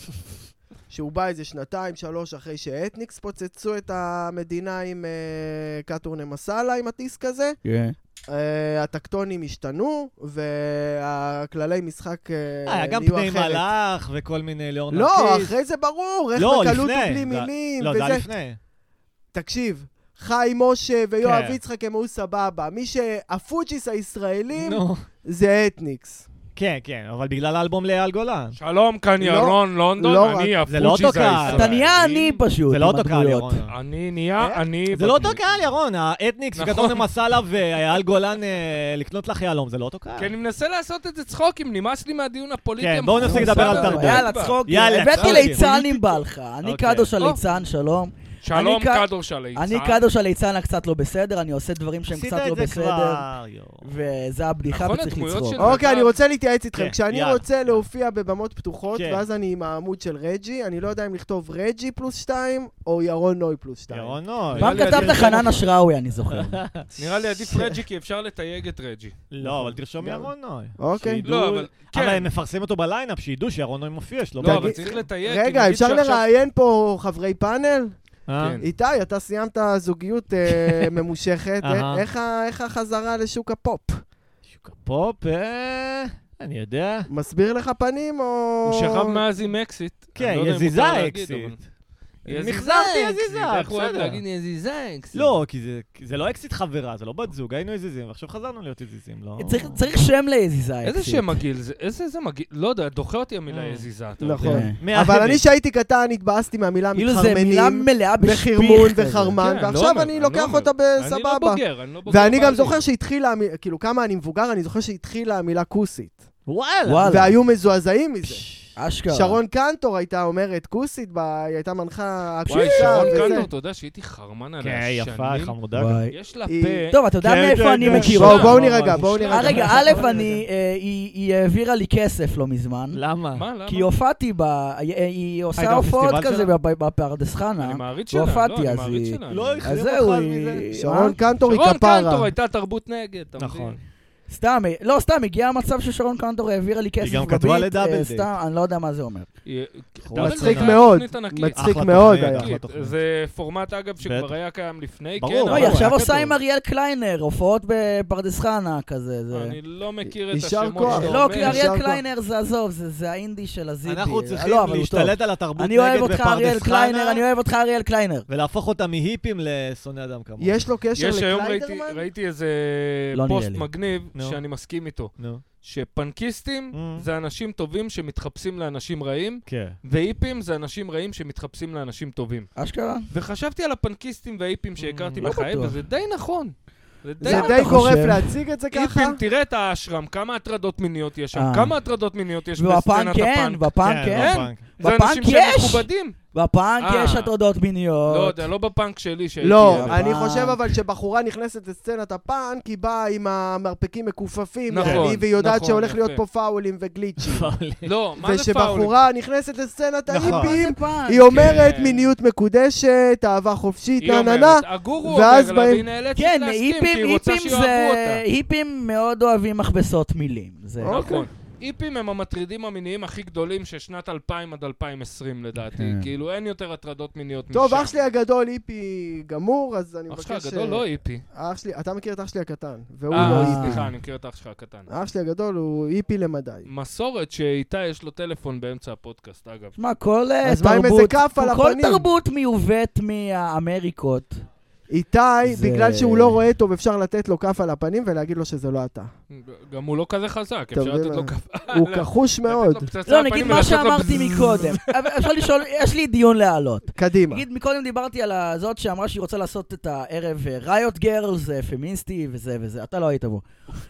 D: שהוא בא איזה שנתיים, שלוש אחרי שהאתניקס פוצצו את המדינה עם אה, קטורנה מסאלה, עם הטיסק הזה.
B: כן.
D: אה, הטקטונים השתנו, והכללי משחק אה, נהיו
A: היה
D: אחרת.
A: גם פני מלאך וכל מיני ליאור נרקיס.
D: לא, אחרי זה ברור, איך
A: לא,
D: בקלות
A: לפני.
D: ובלי
A: זה-
D: מילים,
A: לא, זה היה
D: וזה.
A: לפני.
D: תקשיב, חיים משה ויואב
A: כן.
D: יצחק הם היו סבבה. מי שהפוג'יס הישראלים
A: נו.
D: זה אתניקס.
A: כן, כן, אבל בגלל האלבום לאייל גולן.
C: שלום, כאן
D: לא,
C: ירון לונדון,
D: לא
C: אני
A: רק- זה לא
C: הפוג'יז
A: אותו קהל.
C: הישראלי.
B: אתה נהיה עני פשוט,
A: זה לא
B: עם
A: אותו קהל,
B: הדמויות.
A: ירון.
C: אני נהיה, אני...
A: זה לא
C: בדמות.
A: אותו קהל, ירון. האתניקס
C: נכון.
A: וקטורנה מסאלה ואייל גולן אה, לקנות לך יהלום, זה לא אותו קהל.
C: כי כן, אני מנסה לעשות את זה צחוקים, נמאס לי מהדיון הפוליטי.
A: כן, בואו נפסיק
C: המחוסל
A: לדבר על
C: הזה.
A: תרבות.
B: יאללה, צחוקים.
A: יאללה,
B: הבאתי
A: צחוקים.
B: ליצן אם בא לך. אני
A: אוקיי.
B: קדוש
C: או.
B: הליצן, שלום.
C: שלום,
B: אני ק-
C: קדוש הליצן.
B: אני קדוש הליצן הקצת לא בסדר, אני עושה דברים שהם
A: עשית
B: קצת לא
A: את זה
B: בסדר.
A: כבר, יואו.
B: וזה הבדיחה
C: נכון,
B: וצריך
C: הדמויות
B: לצחוק.
C: של-
D: אוקיי, אני רוצה להתייעץ איתכם.
A: כן,
D: כשאני
A: יאללה.
D: רוצה להופיע בבמות פתוחות,
A: כן.
D: ואז אני עם העמוד של רג'י, אני לא יודע אם לכתוב רג'י פלוס שתיים, או ירון נוי פלוס שתיים.
A: ירון נוי.
B: פעם
C: נראה לי
B: כתבת
C: עדיף-
B: חנן אשראוי, אני זוכר.
C: נראה לי עדיף רג'י, כי אפשר לתייג את רג'י.
A: לא, אבל תרשום ירון נוי.
D: אוקיי.
A: שידעו-
C: לא, אבל...
A: אבל
C: כן.
A: הם מפרסמים אותו בליינאפ, שידעו שירון נוי מופיע, שלא
C: לא, אבל
D: תגיד-
C: צריך לתייג. כי
D: רגע,
C: נגיד
D: אפשר
C: שעכשיו-
D: לראיין פה חברי פאנל?
A: אה?
C: כן.
D: איתי, אתה סיימת זוגיות אה, ממושכת.
A: אהה.
D: איך ה- איך החזרה לשוק הפופ?
A: שוק הפופ, אה, אני יודע.
D: מסביר לך פנים, או...
C: הוא שכב מאז עם אקסיט.
A: כן,
C: אני לא יודע אם
A: יזיזה
C: מותר להגיד,
A: אקסיט.
C: אבל-
A: מחזרתי יזיזה,
C: איך הוא אוהב
A: בסדר.
C: להגיד יזיזה אקסיט?
A: לא, כי זה- כי זה לא אקזיט חברה, זה לא בת זוג, היינו עזיזים, ועכשיו חזרנו להיות עזיזים, לא?
B: צריך- צריך שם ליזיזה.
C: איזה
B: אקסיט.
C: שם מגעיל זה, איזה זה מגעיל, לא יודע, דוחה אותי המילה
A: אה.
C: יזיזה. אתה יודע.
D: נכון.
B: כן.
C: אה.
A: מה-
D: אבל אני שהייתי קטן התבאסתי מהמילה
B: כאילו זה מילה
D: מתחרמנים,
B: מלאה בשפיך.
D: וחרמון
B: כזה.
D: וחרמן,
C: כן, לא
D: ועכשיו
C: אומר,
D: אני
C: אני
D: לוקח
C: לא
D: אותה
C: אני לא
D: בסבבה.
C: בוגר, אני לא בוגר.
D: ואני גם
C: בעליל.
D: זוכר שהתחילה, המ- כאילו כמה אני מבוגר, אני זוכר שהתחילה המילה כוסית.
A: וואלה.
B: וואלה.
D: והיו מזועזעים מזה.
B: אשכרה.
D: שרון קנטור הייתה אומרת כוסית, ב- היא הייתה מנחה
C: וואי,
D: הקבוצה
C: שרון
D: וזה.
C: קנדור, אתה יודע שהייתי חרמן
A: כן,
C: עליה שנים.
A: יפה, חמודה.
B: וואי.
C: יש לה
D: היא-
C: פה.
B: טוב, אתה יודע
A: כן,
B: מאיפה
A: כן,
B: אני
A: כן.
B: מכיר
D: בואו,
B: אותה?
D: בואו
A: ממש.
D: נרגע, בואו
C: אה,
B: אה,
D: נרגע.
B: רגע,
D: בואו
B: א',
D: נרגע.
B: אני, אה, היא היא העבירה לי כסף לא מזמן.
A: למה? אה,
C: מה, למה?
B: כי הופעתי ב... היא- אה, היא
A: גם
B: עושה הופעות
A: בפסטיבל
B: כזה
A: שלה?
B: בפ- בפרדס חנה.
C: אני מעריץ שלה,
B: והופעתי,
C: לא, אני
B: אז
C: מעריץ
B: היא-
C: שלה.
A: לא
C: אני-
A: החזיר
B: אז
A: אותך
B: זהו,
A: על
B: היא...
A: מזה.
D: שרון
B: מה?
D: קנטור היא
C: שרון קנטור
D: כפרה.
C: הייתה תרבות נגד, אתה
A: נכון.
C: מבין?
B: סתם, אה, לא, סתם, הגיע המצב ששרון קנטור העבירה לי כסף
A: גם כתבה
B: בביט,
A: לדאבל
B: אה,
A: דייט.
B: סתם, אני לא יודע מה זה אומר.
C: היא-
A: הוא
C: דאבל
D: מצחיק
C: דאבל
D: מאוד.
C: תוכנית ענקית.
D: מצחיק
A: אחלה
D: מאוד
A: תוכנית,
D: היה.
A: אחלה תוכנית.
C: זה פורמט, אגב,
A: בטח.
C: שכבר היה קיים לפני, כן,
A: ברור.
C: אבל
B: לא, היא
A: היה
B: עכשיו עושה
A: כתוב.
B: עם אריאל קליינר, הופעות בפרדס חנה כזה.
A: אה,
B: זה-
C: אני לא מכיר את
D: יישר
C: השמות
D: כוח.
C: שאתה
B: לא,
C: אומר.
B: כי
D: יישר
B: אריאל
D: כוח.
B: קליינר זה עזוב, זה זה האינדי של הזיבי.
A: אנחנו
B: אה,
A: צריכים
B: לא, אבל הוא טוב.
A: להשתלט על התרבות
B: אני אוהב
A: נגד
B: אותך אריאל
A: בפרדס
B: קליינר, אני
A: חנה,
B: אוהב אותך אריאל קליינר.
A: ולהפוך אותה מהיפים לשונא אדם כמוך.
D: יש לו קשר
C: יש היום ראיתי-
D: לקליידרמן?
C: ראיתי איזה
B: לא נראה
C: פוסט
B: לי.
C: מגניב
A: נו.
C: שאני מסכים איתו.
A: נו,
C: שפנקיסטים
A: Mm.
C: זה אנשים טובים שמתחפשים לאנשים רעים,
A: כן.
C: והיפים זה אנשים רעים שמתחפשים לאנשים טובים.
B: אשכרה?
C: וחשבתי על הפנקיסטים וההיפים שהכרתי
A: לא
C: בחיי,
B: Mm, בטוח.
C: וזה די נכון. זה די
D: זה
B: מה
D: די
B: אתה
D: גורף
B: חושב?
D: להציג את זה ככה.
C: היפים, תראה את האשרם, כמה הטרדות מיניות יש שם,
B: אה.
C: כמה הטרדות מיניות יש בסצנת
B: ובפאנק כן,
C: הפאנק.
A: לא
B: בפאנק כן.
A: בפאנק.
C: זה
B: בפאנק
C: אנשים שהם
B: יש.
C: מכובדים.
B: בפאנק
C: אה.
B: יש הטרדות מיניות.
C: לא, זה לא בפאנק שלי שהייתי...
D: לא,
B: יפן.
D: אני חושב אבל שבחורה נכנסת לסצנת הפאנק, היא באה עם המרפקים מכופפים,
C: נכון,
D: יעני, והיא יודעת
C: נכון,
D: שהולך
C: יפה.
D: להיות פה פאולים וגליצ'ים.
C: לא, מה זה פאול?
D: ושבחורה נכנסת לסצנת
A: נכון.
B: מה זה
D: ההיפים,
B: פאנק?
D: היא אומרת
C: כן.
D: מיניות מקודשת, אהבה חופשית,
C: היא
D: נה נה
C: אומרת, "אה,
D: נה.
C: הגורו
D: ואז
C: אומר לה,
D: באים-
C: והיא נאלצת
B: כן,
C: להסכים, כי
B: היפים,
C: היא רוצה
B: היפים
C: שיאהבו
B: זה...
C: אותה.
B: היפים מאוד אוהבים מכבסות מילים. זה...
D: אוקיי.
C: נכון. היפים הם המטרידים המיניים הכי גדולים של שנת 2000 עד 2020 לדעתי.
B: כן.
C: כאילו אין יותר הטרדות מיניות משם.
D: טוב, אח שלי הגדול היפי גמור, אז אני
C: אח
D: מבקש...
C: שלך הגדול
D: ש-
C: לא היפי.
D: אח שלי, אתה מכיר את אח שלי הקטן, והוא לא אה.
C: אה,
D: היפי.
C: סליחה, אני מכיר את אח שלך הקטן.
D: אח שלי הגדול הוא היפי למדי.
C: מסורת שאיתה יש לו טלפון באמצע הפודקאסט, אגב.
B: שמע, כל אה,
D: אז מה עם איזה
B: תרבות,
D: כף על
B: כל
D: הפנים?
B: תרבות מיובאת מהאמריקות.
D: איתי,
B: זה-
D: בגלל שהוא לא רואה טוב, אפשר לתת לו כף על הפנים ולהגיד לו שזה לא אתה.
C: גם הוא לא כזה חזק,
D: אתה
C: אפשר
D: מבין
C: לתת לו
D: מה?
C: כף...
D: הוא כחוש מאוד.
C: לא. לתת לו פצצה
B: לא,
C: לפנים
B: נגיד מה
C: ולעשות לו
B: שאמרתי
C: בזז.
B: מקודם. אבל אפשר לשאול, יש לי דיון להעלות.
D: קדימה.
B: נגיד, מקודם דיברתי על הזאת שאמרה שהיא רוצה לעשות את הערב אה, ראיות גרלס, פמיניסטי וזה וזה. אתה לא היית בו.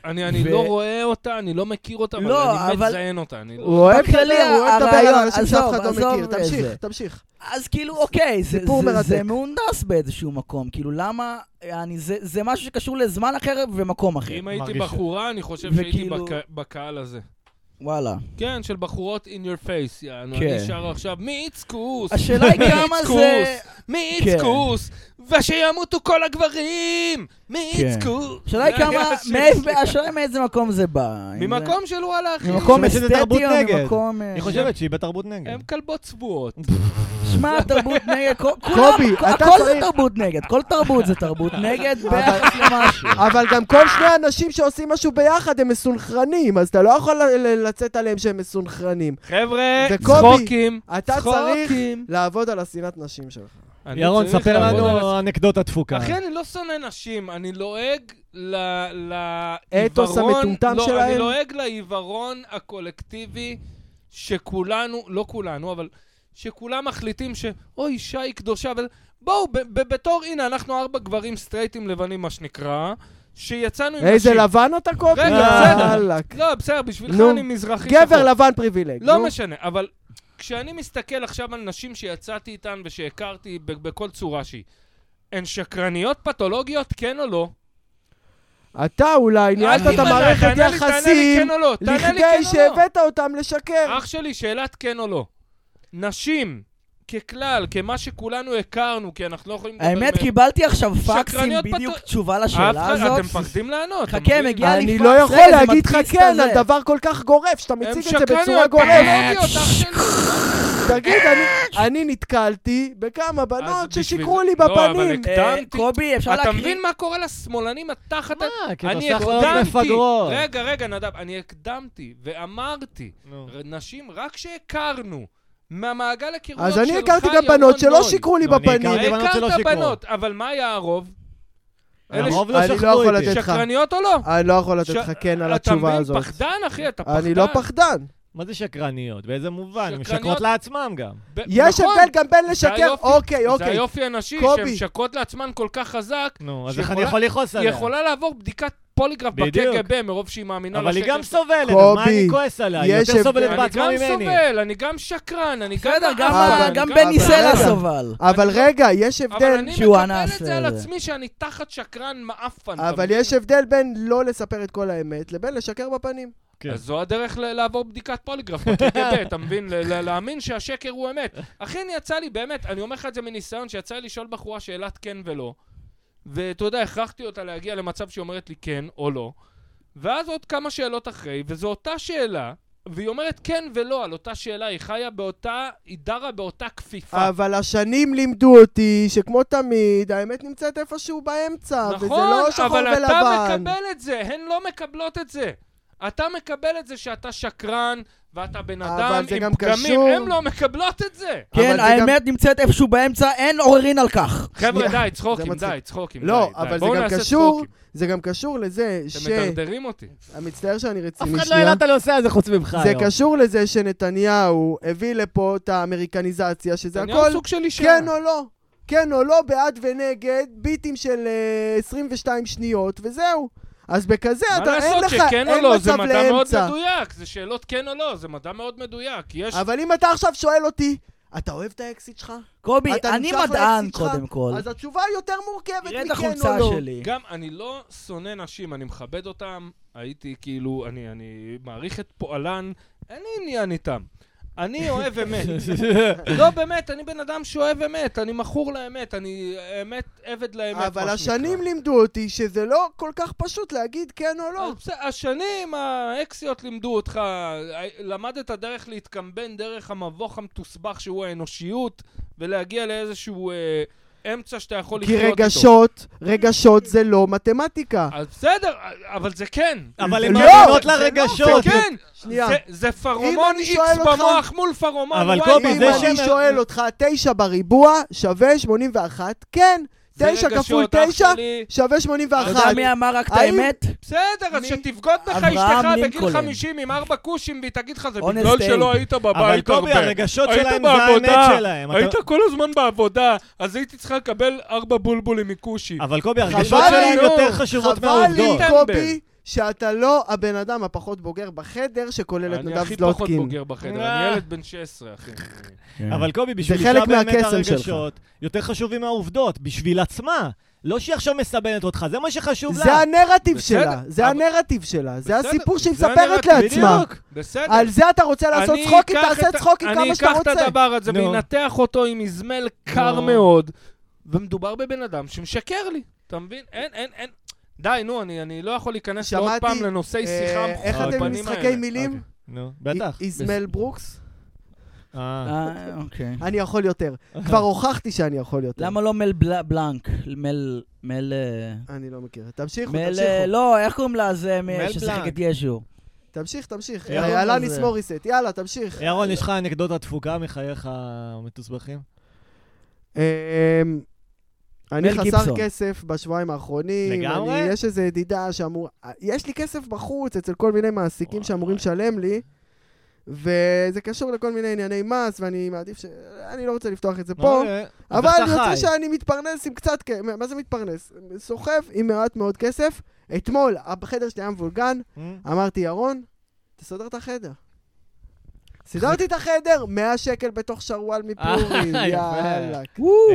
C: אני אני
B: ו-
C: לא רואה אותה, אני לא מכיר אותה, אבל
B: לא,
C: אני
B: אבל-
C: מת לזיין אותה. אני לא-
D: הוא אוהב לדבר,
B: בכללי
D: הוא אוהב לדבר
B: הרעיון,
D: על אנשים שאף
B: עזוב,
D: אחד לא
B: עזוב
D: מכיר. תמשיך,
B: וזה.
D: תמשיך.
B: אז כאילו, אוקיי, זה,
D: סיפור
B: זה,
D: מרתק.
B: זה מהונדס באיזשהו מקום. כאילו, למה... אני, זה, זה משהו שקשור לזמן אחר ומקום אחר.
C: אם הייתי
A: מרגיש-
C: בחורה, אני חושב שהייתי
B: כן, וכאילו-
C: בק- בקהל הזה.
B: וואלה.
C: כן, של בחורות in your face, יענו.
B: כן.
C: אני שר עכשיו, מי איץ כוס?
B: השאלה היא
C: מי
B: כמה זה...
C: איץ כוס? מי
B: כן.
C: איץ כוס? ושימותו כל הגברים! מי
B: כן.
C: איץ כוס?
B: השאלה היא
C: זה
B: כמה...
C: היה השיר שלי.
B: מאיפה- השאלה מאיזה מקום זה בא. אם זה-
C: ממקום של וואלה, אחי.
B: ממקום
A: חושבת שזה
B: אסתטי
A: תרבות
B: או
A: נגד.
B: ממקום... אה,
A: היא חושבת שהיא בתרבות נגד.
C: הם כלבות צבועות.
B: שמע, תרבות נגד, כל- כולם,
D: קובי,
B: כל-
D: אתה
B: הכל זה
D: צריך-
B: תרבות נגד, כל תרבות זה תרבות נגד ביחס למשהו.
D: אבל גם כל שני האנשים שעושים משהו ביחד הם מסונכרנים, אז אתה לא יכול ל- ל- לצאת עליהם שהם מסונכרנים.
C: חבר'ה,
D: זה קובי.
C: צחוקים.
D: אתה צריך
C: צחוקים.
D: לעבוד על השנאת נשים שלך.
C: אני
A: ירון,
C: צריך
A: ספר
C: לעבוד על
A: לנו אנקדוטה
D: כן.
A: תפוקה.
C: אחי, אני לא שונא נשים, אני לועג ל...
D: האתוס
C: לעיוורון-
D: המטומטם
C: לא,
D: שלהם?
C: אני לועג לעיוורון הקולקטיבי שכולנו, לא כולנו, אבל שכולם מחליטים ש... אוי, אישה היא קדושה, אבל בואו, ב- ב- בתור, הנה, אנחנו ארבע גברים סטרייטים לבנים, מה שנקרא, שיצאנו עם
D: איזה
C: נשים.
D: לבן אתה קובי?
C: רגע,
A: בסדר.
D: יאללה.
C: לא, בסדר, בשבילך
D: נו.
C: אני מזרחי.
D: גבר
C: שחור.
D: לבן פריבילג.
C: לא
D: נו.
C: משנה, אבל כשאני מסתכל עכשיו על נשים שיצאתי איתן ושהכרתי ב- בכל צורה שהיא, הן שקרניות פתולוגיות, כן או לא?
D: אתה אולי ניהלת
C: אל
D: את
C: תימנע,
D: המערכת
C: תענה לי- תענה לי
D: יחסים
C: כן או לא, תענה לי
D: לכדי
C: כן או
D: שהבאת אותם לשקר.
C: לא. אח שלי, שאלת כן או לא. נשים, ככלל, כמה שכולנו הכרנו, כי אנחנו לא יכולים... לדבר
B: האמת,
C: מהם.
B: קיבלתי עכשיו פאקסים
C: שקרניות
B: בדיוק
C: פתו-
B: תשובה
C: אף
B: לשאלה
C: אחד-
B: הזאת.
C: אתם מפחדים לענות. אתה
B: חכה,
C: מבין?
B: מגיע לי
D: אני
B: פאקס.
D: לא
B: רגע,
D: יכול
B: זה
D: להגיד לך
B: מדפיס את
D: כן
B: הזה.
D: על דבר כל כך גורף, שאתה
C: הם
D: מציג את זה
C: שקרניות
D: בצורה גורפת.
C: פתולוגיות, אח שלי.
D: תגיד, אני- אני נתקלתי בכמה
C: כן. אז
D: בנות
C: בשביל-
D: ששיקרו לי
C: לא, אבל
D: בפנים.
C: הקדמתי.
B: אה, קובי, אפשר
C: אתה
B: להקריא?
C: מבין מה קורה לשמאלנים התחת...
A: מה, כי
C: אני
A: בסך הכל
C: הקדמתי,
A: מפגרות.
C: רגע, רגע, נדב, אני הקדמתי ואמרתי,
A: נו.
C: ר- נשים רק שהכרנו, מהמעגל הכרויות
D: אז
C: שלך,
D: לא, אני הכרתי גם
C: ירון
D: בנות שלא
C: נוי.
D: שיקרו לי
A: לא, אני
D: בפנים.
A: הכרתי בנות שלא
C: הכרת
A: שיקרו.
C: בנות, אבל מה היה הרוב? אלה
A: הרוב
D: אני לא
A: שכבו
D: יכול
A: איתי.
D: לתת לך.
C: שקרניות או לא?
D: אני לא יכול לתת
C: ש-
D: לך כן על
C: אתה
D: התשובה
C: מבין?
D: הזאת.
C: פחדן, אחי, אתה פחדן.
D: אני לא פחדן.
A: מה זה שקרניות? באיזה מובן? הן
C: שקרניות-
A: משקרות לעצמם גם.
C: ב-
D: יש
C: נכון,
D: הבדל גם בין
C: זה
D: לשקר,
C: היופי-
D: אוקיי,
C: זה
D: אוקיי.
C: היופי הנשי,
D: קובי.
C: שהן משקרות לעצמן כל כך חזק,
A: נו, אז איך
C: שיכולה-
A: אני יכול לכעוס
C: היא
A: עליה?
C: יכולה לא לעבור בדיקת פוליגרף
A: בדיוק.
C: בקג"ב מרוב שהיא מאמינה
A: אבל היא
C: לשקר
A: גם
C: שלה.
A: סובלת, אז
D: קובי,
A: מה אני כועס עליה? היא
D: יש
A: יותר
D: הבדל.
A: סובלת
C: אני
A: בעצמה
C: גם
A: ממני.
C: סובל, אני גם שקרן, אני גם...
B: בסדר, גם
C: מעפן,
B: ה-
C: אני
B: גם
C: גם-
B: בני סלע
D: רגע.
B: סובל.
D: אבל
C: אני לא-
D: רגע, יש
C: אבל
D: הבדל.
C: אני לא
B: שהוא
C: מקבל
B: אנס,
C: את זה על
B: אה, זה.
C: עצמי שאני תחת שקרן מעפן. אתה
D: אבל
C: מבין?
D: יש הבדל בין לא לספר את כל האמת לבין לשקר בפנים.
A: כן.
C: אז זו הדרך ל- לעבור בדיקת פוליגרף בקג"ב, אתה מבין? ל- ל- להאמין שהשקר הוא אמת. אכן יצא לי, באמת, אני אומר לך את זה מניסיון, שיצא לי לשאול בחורה שאלת כן ולא, ואתה יודע, הכרחתי אותה להגיע למצב שהיא אומרת לי כן או לא, ואז עוד כמה שאלות אחרי, וזו אותה שאלה, והיא אומרת כן ולא על אותה שאלה, היא חיה באותה, היא דרה באותה כפיפה.
D: אבל השנים לימדו אותי שכמו תמיד, האמת נמצאת איפשהו באמצע, וזה
C: נכון,
D: לא שחור
C: אבל אתה
D: ולבן.
C: מקבל את זה, הן לא מקבלות את זה. אתה מקבל את זה שאתה שקרן, ואתה בן
D: אבל
C: אדם
D: זה גם
C: עם פגמים,
D: קשור.
C: הן לא מקבלות את זה.
D: אבל
B: כן,
D: זה גם-
B: האמת נמצאת איפשהו באמצע, אין עוררין על כך.
C: חבר'ה,
D: שנייה,
C: די, צחוקים,
D: מצחיק.
C: די, צחוקים,
D: לא,
C: די, די.
D: אבל זה
C: בואו
D: גם
C: נעשה
D: קשור
C: צחוקים.
D: זה גם קשור לזה ש...
C: אתם מדרדרים אותי.
D: אני מצטער שאני
A: אף
D: רציני
A: אחד לא
D: שנייה.
A: העלה את הנושא הזה חוץ ממך
D: זה
A: היום.
D: קשור לזה שנתניהו הביא לפה את האמריקניזציה, שזה
C: אני
D: הכל
C: סוג של אישה.
D: כן או לא. כן או לא, בעד ונגד, ביטים של אה, 22 שניות, וזהו. אז בכזה
C: מה
D: אתה, אין
C: לעשות
D: לך,
C: שכן או
D: אין
C: לא, זה
D: מצב
C: מדע מאוד
D: לאמצע.
C: מדויק, זה שאלות כן או לא, זה מדע מאוד מדויק. יש...
D: אבל אם אתה עכשיו שואל אותי, אתה אוהב את האקסיט שלך?
B: קובי,
D: אתה
B: אני
D: נמשך
B: מדען
D: לאקסיט שלך?
B: קודם כל.
D: אז התשובה היא יותר מורכבת
B: תראה את
D: מכן או
B: החולצה
D: לא.
B: שלי.
C: גם אני לא שונא נשים, אני מכבד אותם, הייתי כאילו, אני, אני מעריך את פועלן, אין לי עניין איתם. אני אוהב אמת. לא, באמת, אני בן אדם שאוהב אמת, אני מכור לאמת, אני אמת, עבד לאמת,
D: אבל
C: מה שנקרא.
D: השנים לימדו אותי שזה לא כל כך פשוט להגיד כן או לא.
C: אז בסדר, השנים, האקסיות לימדו אותך, ה- למדת דרך להתקמבן דרך המבוך המתוסבך שהוא האנושיות, ולהגיע לאיזשהו אה, אמצע שאתה יכול
D: כי
C: לחיות איתו.
D: רגשות, רגשות זה לא מתמטיקה.
C: אז בסדר, אבל זה כן.
A: אבל הן
D: לא,
A: מאמינות
D: זה לא,
A: לרגשות.
C: זה כן.
D: שנייה.
C: זה- זה פרומון
D: אני
C: איקס
D: שואל אותך-
C: במוח מול פרומון
A: אבל
C: וואי.
B: לא,
A: קובי,
D: אם
A: זה
D: אני
A: שהם-
D: שואל אותך, תשע בריבוע שווה 81, כן.
C: זה
D: תשע
C: רגשות,
D: כפול
C: אח
D: תשע
C: שלי.
D: שווה 81.
B: אתה יודע מי אמר רק את
D: האם-
B: האמת?
C: בסדר, אז
D: מי?
C: שתבגוד בך
B: אברהם
C: אשתך בגיל
B: לינקולן.
C: 50 עם ארבע כושים והיא תגיד לך, זה
B: Honest
C: בגלל
B: aim.
C: לא שלא היית בבית הרבה.
A: אבל קובי, הרגשות
C: היית
A: שלהם זה
C: בעבודה,
A: האמת שלהם. אתה-
C: היית כל הזמן בעבודה, אז הייתי צריכה לקבל ארבע בולבולים מכושי.
A: אבל קובי,
D: חבל
A: הרגשות
D: לי,
A: שלהם
C: נו.
A: יותר חשובות
D: חבל לי,
A: מהעובדות.
C: טמבל.
D: קובי, שאתה לא הבן אדם הפחות בוגר בחדר שכולל את
C: אני
D: נדב
C: הכי פחות
D: זלוטקין.
C: בוגר בחדר,
A: אה.
C: אני ילד בן 16, אחי. כן.
A: אבל קובי,
D: חלק
A: בשבילך באמת
D: מהקסם שלך.
A: הרגשות יותר חשובים מהעובדות, בשביל עצמה. לא שהיא עכשיו מסבנת אותך, זה מה שחשוב לה.
B: לא.
D: זה הנרטיב
C: בסדר,
D: שלה, זה
C: אבל-
D: הנרטיב שלה, זה
C: בסדר,
D: הסיפור שהיא
C: זה
D: מספרת
C: הנרטיב,
D: לעצמה.
A: בדיוק.
C: בסדר.
D: על זה אתה רוצה לעשות
C: אני
D: צחוקים,
C: אקח
D: תעשה
C: את ה-
D: צחוקים כמה שאתה
C: אני אקח את
D: רוצה.
C: הדבר הזה
A: נו.
C: ואנתח אותו עם איזמל קר
A: נו.
C: מאוד, ומדובר בבן אדם שמשקר לי, אתה מבין? אין, אין, אין. די, נו, אני אני לא יכול להיכנס עוד
D: שמעתי,
C: פעם לנושאי
D: אה,
C: שיחה
D: איך
A: אתם עם
C: הפנים
D: משחקי
C: האלה.
D: מילים?
C: אוקיי.
A: נו, בטח.
D: א- איזמל ברוקס,
A: אה.
B: אה, אוקיי.
D: אני יכול יותר. כבר הוכחתי שאני יכול יותר.
B: למה לא מל בל- בלנק? מל... מל... אה,
D: אני לא מכיר. תמשיכו,
B: מל...
D: תמשיכו.
B: אה, לא, איך קוראים לה זה מ-
A: מל
B: ששיחק
A: בלנק.
B: את ישו?
D: תמשיך, תמשיך. אה,
A: ירון
D: יאללה,
B: הזה.
D: נסמור ריסט. יאללה, תמשיך.
A: ירון, יש לך אנקדוטה תפוקה מחייך המתוסבכים?
D: אמ, אני
B: מל
D: חסר
B: גיבסון.
D: כסף בשבועיים האחרונים.
A: לגמרי?
D: אני- יש איזו ידידה שאמור... אה, יש לי כסף בחוץ אצל כל מיני מעסיקים
A: וואי.
D: שאמורים לשלם לי, וזה קשור לכל מיני ענייני מס, ואני מעדיף ש... אני לא רוצה לפתוח את זה פה.
A: אוקיי. אז
D: אבל
A: אתה
D: יוצא
A: חי.
D: שאני מתפרנס עם קצת, כ- מה זה מתפרנס? סוחב עם מעט מאוד כסף. אתמול, החדר שלי היה מבולגן,
A: אמ?
D: אמרתי, ירון, תסדר את החדר. סידרתי את החדר, 100 שקל בתוך שרוואל מפורי,
A: אה, יפה.
D: יאללה.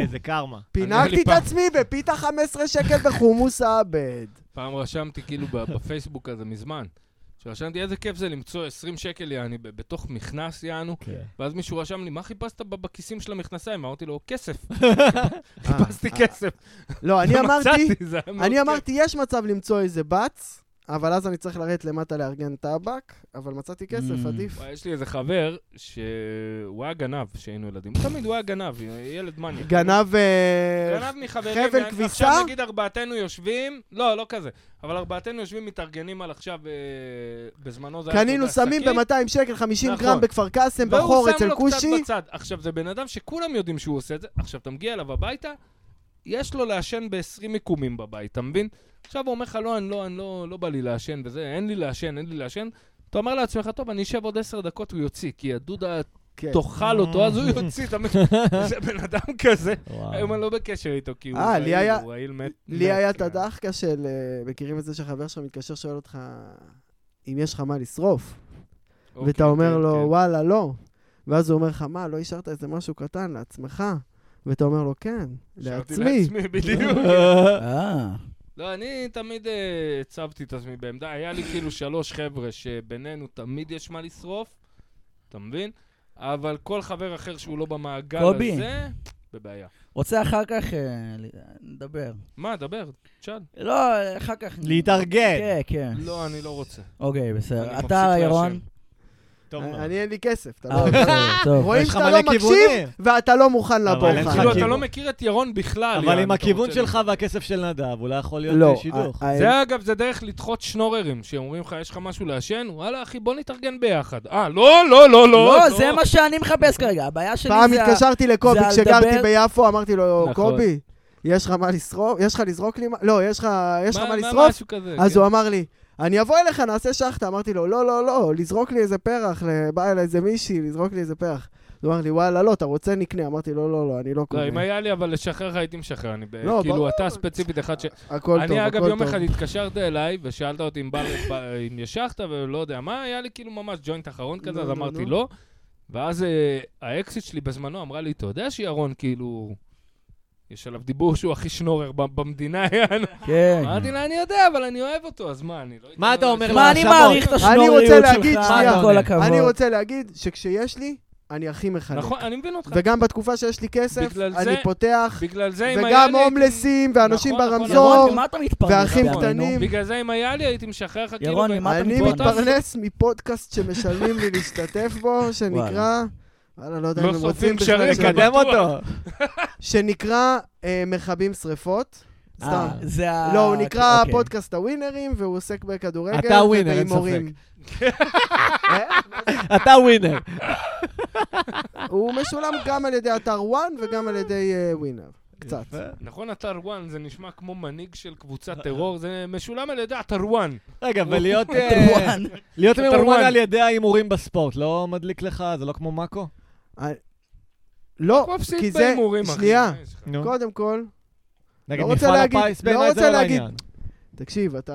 A: איזה קרמה.
D: פינקתי
C: לי
D: את
C: פעם.
D: עצמי בפיתה 15 שקל בחומוס עבד.
C: פעם רשמתי כאילו ב- בפייסבוק הזה מזמן. שרשמתי איזה כיף זה למצוא 20 שקל יעני ב- בתוך מכנס יענו, ואז מישהו רשם לי, מה חיפשת ב- בכיסים של המכנסיים? אמרתי לו, כסף.
A: אה.
C: חיפשתי כסף.
D: לא, אה. אני אמרתי,
C: ומצאתי, זה היה מאוד
A: אוקיי.
D: אני
C: כיף.
D: אמרתי, יש מצב למצוא איזה בץ, אבל אז אני צריך לרדת למטה לארגן טבק, אבל מצאתי כסף,
B: Mm.
D: עדיף.
C: וואי, יש לי איזה חבר שהוא היה גנב כשהיינו ילדים. תמיד הוא היה גנב, ילד מניאק.
D: גנב... אה,
C: גנב מחברים.
D: חבל
C: יעני,
D: כביסה?
C: עכשיו נגיד ארבעתנו יושבים, לא, לא כזה, אבל ארבעתנו יושבים מתארגנים על עכשיו, אה, בזמנו זה היה...
D: קנינו
C: לא, אתה יודע,
D: סמים
C: שקית,
D: ב-200 שקל, 50 גרם
C: נכון.
D: בכפר קאסם, בחור אצל
C: והוא שם לו
D: כושי.
C: קצת בצד. עכשיו, זה בן אדם שכולם יודעים שהוא עושה את זה. עכשיו, אתה מגיע אליו הביתה, יש לו לעשן ב-20 מיקומים בבית, אתה מבין? עכשיו הוא אומר לך, לא, אני לא, אני לא, לא בא לי לעשן וזה, אין לי לעשן, אין לי לעשן. אתה אומר לעצמך, טוב, אני אשב עוד עשר דקות, הוא יוציא, כי הדודה
D: כן.
C: תאכל אותו, אז הוא יוציא, אתה מבין? זה בן אדם כזה.
A: אה.
C: היום אני לא בקשר איתו, כי הוא
D: אה, לי
C: רעיל,
D: היה-
C: הוא רעיל מת.
D: לי
C: מת,
D: היה את
C: כן.
D: הדחקה של... אה, מכירים את זה שחבר שלך מתקשר, שואל אותך אם יש לך מה לשרוף,
C: אוקיי,
D: ואתה אומר
C: כן,
D: לו,
C: כן.
D: וואלה, לא. ואז הוא אומר לך, מה, לא השארת איזה משהו קטן לעצמך? ואתה אומר לו, כן,
C: שאלתי
D: לעצמי.
C: לעצמי, בדיוק.
B: אה.
C: לא, אני תמיד אה, הצבתי את עצמי בעמדה. היה לי כאילו שלוש חבר'ה שבינינו תמיד יש מה לשרוף, אתה מבין? אבל כל חבר אחר שהוא לא במעגל
B: קובי.
C: הזה, בבעיה.
B: רוצה אחר כך... אה, ל- נדבר.
C: מה, דבר, תשאל.
B: לא, אחר כך...
A: להתארגן.
B: כן, כן.
C: לא, אני לא רוצה.
B: אוקיי, בסדר.
C: אני
B: אתה,
C: מפסיק
B: ירון?
C: לעשן. לא
A: טוב מאוד.
D: אה, אני, אין לי כסף, אתה
B: אה,
D: לא...
B: בסדר, טוב.
D: רואים
A: אוקיי. יש לך
D: שאתה
A: מלא
D: לא
A: כיוונים. אה,
D: מקשיב, ואתה לא מוכן
A: אבל
D: לבוא
A: אין לך
C: כאילו, אתה
A: כיוון.
C: לא מכיר את ירון בכלל.
A: אבל
C: יעני,
A: עם
C: אתה
A: הכיוון
C: רוצה
A: שלך והכסף של נדב, אולי יכול
D: לא,
A: להיות אה, שידוך.
D: ה- ה-
C: זה אגב, זה דרך לדחות שנוררים, שאומרים לך, יש לך משהו לעשן? וואלה, אחי, בוא נתארגן ביחד. אה, לא, לא, לא, לא.
B: לא, זה מה שאני מחפש כרגע. הבעיה שלי
D: פעם
B: זה... ה-
D: התקשרתי לקובי,
B: זה על
D: כשגרתי
B: דבר-
D: ביפו, אמרתי לו,
C: נכון.
D: קובי, יש לך מה לשרוף? יש לך לזרוק לי מה? לא, יש לך יש לך
C: מה-
D: מה
C: מה-
D: לשרוף?
C: משהו כזה,
D: אז
C: כן.
D: הוא אמר לי, אני אבוא אליך, נעשה שחטה. אמרתי לו, לא, לא, לא, לזרוק לי איזה פרח, ל- בא אליי איזה מישהי, לזרוק לי איזה פרח. הוא אמר לי, וואלה, לא, אתה רוצה נקנה? אמרתי לו, לא, לא, אני לא
C: לא, אם
D: קונה.
C: היה לי אבל לשחרר לך, הייתי משחרר. אני ב-
D: לא, ברור.
C: כאילו, אתה ספציפית אחד ש...
D: הכל טוב,
C: אני, אגב,
D: הכל
C: יום
D: טוב.
C: אחד התקשרת אליי ושאלת אותי אם בא- בא- אם ישכת ולא יודע מה, היה לי כאילו ממש ג'וינט אחרון כזה,
D: נו,
C: אז
D: נו,
C: אמרתי
D: נו.
C: לא. ואז אה, האקסיט שלי בזמנו אמרה לי, אתה יודע שירון, כאילו, יש עליו דיבור שהוא הכי שנורר ב- במדינה, יענו.
B: כן.
C: אמרתי לה, אני יודע, אבל אני אוהב אותו, אז מה, אני לא...
A: מה
C: אתן
A: אתה
C: לו
A: אומר
C: לשמוע?"
B: מה, אני
A: להאשמות.
B: מעריך את
A: אני
B: השנוריות
D: רוצה
B: שלך,
D: להגיד, שנייה,
B: כל הכבוד.
D: אני רוצה להגיד שכשיש לי, אני הכי מחלק.
C: נכון, אני מבין אותך.
D: וגם בתקופה שיש לי כסף,
C: בגלל
D: אני
C: זה-
D: פותח,
C: בגלל זה, אם היה
D: וגם
C: לי... הייתי-
D: הומלסים, ואנשים
C: נכון, נכון,
D: ברמזור,
B: ירון, ממה אתה אה, מתפרנס?
D: והאחים
B: בימינו?
D: קטנים.
C: בגלל זה, אם היה לי, הייתי משחרר לך כאילו...
B: ירון,
C: ב-
B: ממה אתה
D: אני
B: מתפרנס?
D: מתפרנס מפודקאסט שמשלמים לי להשתתף בו, שנקרא... וואלה, לא יודע אם
C: לא
D: הם רוצים
C: שורפים
D: בכלל
C: קשרים,
D: שאני-
A: לקדם אותו.
D: שנקרא אה, מכבים שרפות. סתם.
B: אה, זה ה...
D: לא, הוא נקרא
B: אוקיי.
D: פודקאסט הווינרים, והוא עוסק בכדורגל.
A: אתה הווינר, אין
D: ובהימורים.
A: אתה ווינר.
D: הוא משולם גם על ידי אתר וואן וגם על ידי אה, ווינר. קצת.
C: נכון, אתר וואן זה נשמע כמו מנהיג של קבוצת טרור, זה משולם על ידי אתר וואן.
D: לא,
A: רגע, ולהיות אה,
B: טרואן.
A: להיות
C: אתה
A: ממומן
C: one.
A: על ידי ההימורים בספורט, לא מדליק לך? זה לא כמו מאקו?
D: אה, לא,
C: מפסיד
D: כי זה...
C: בהימורים, אחי. אה.
D: שנייה.
C: מה יש לך?
A: נו.
D: קודם כל,
A: נגיד,
D: לא רוצה
A: מפעל
D: להגיד-
A: הפיס,
D: לא
A: בעיניי זה לא
D: רוצה להגיד.
A: לעניין.
D: תקשיב, אתה...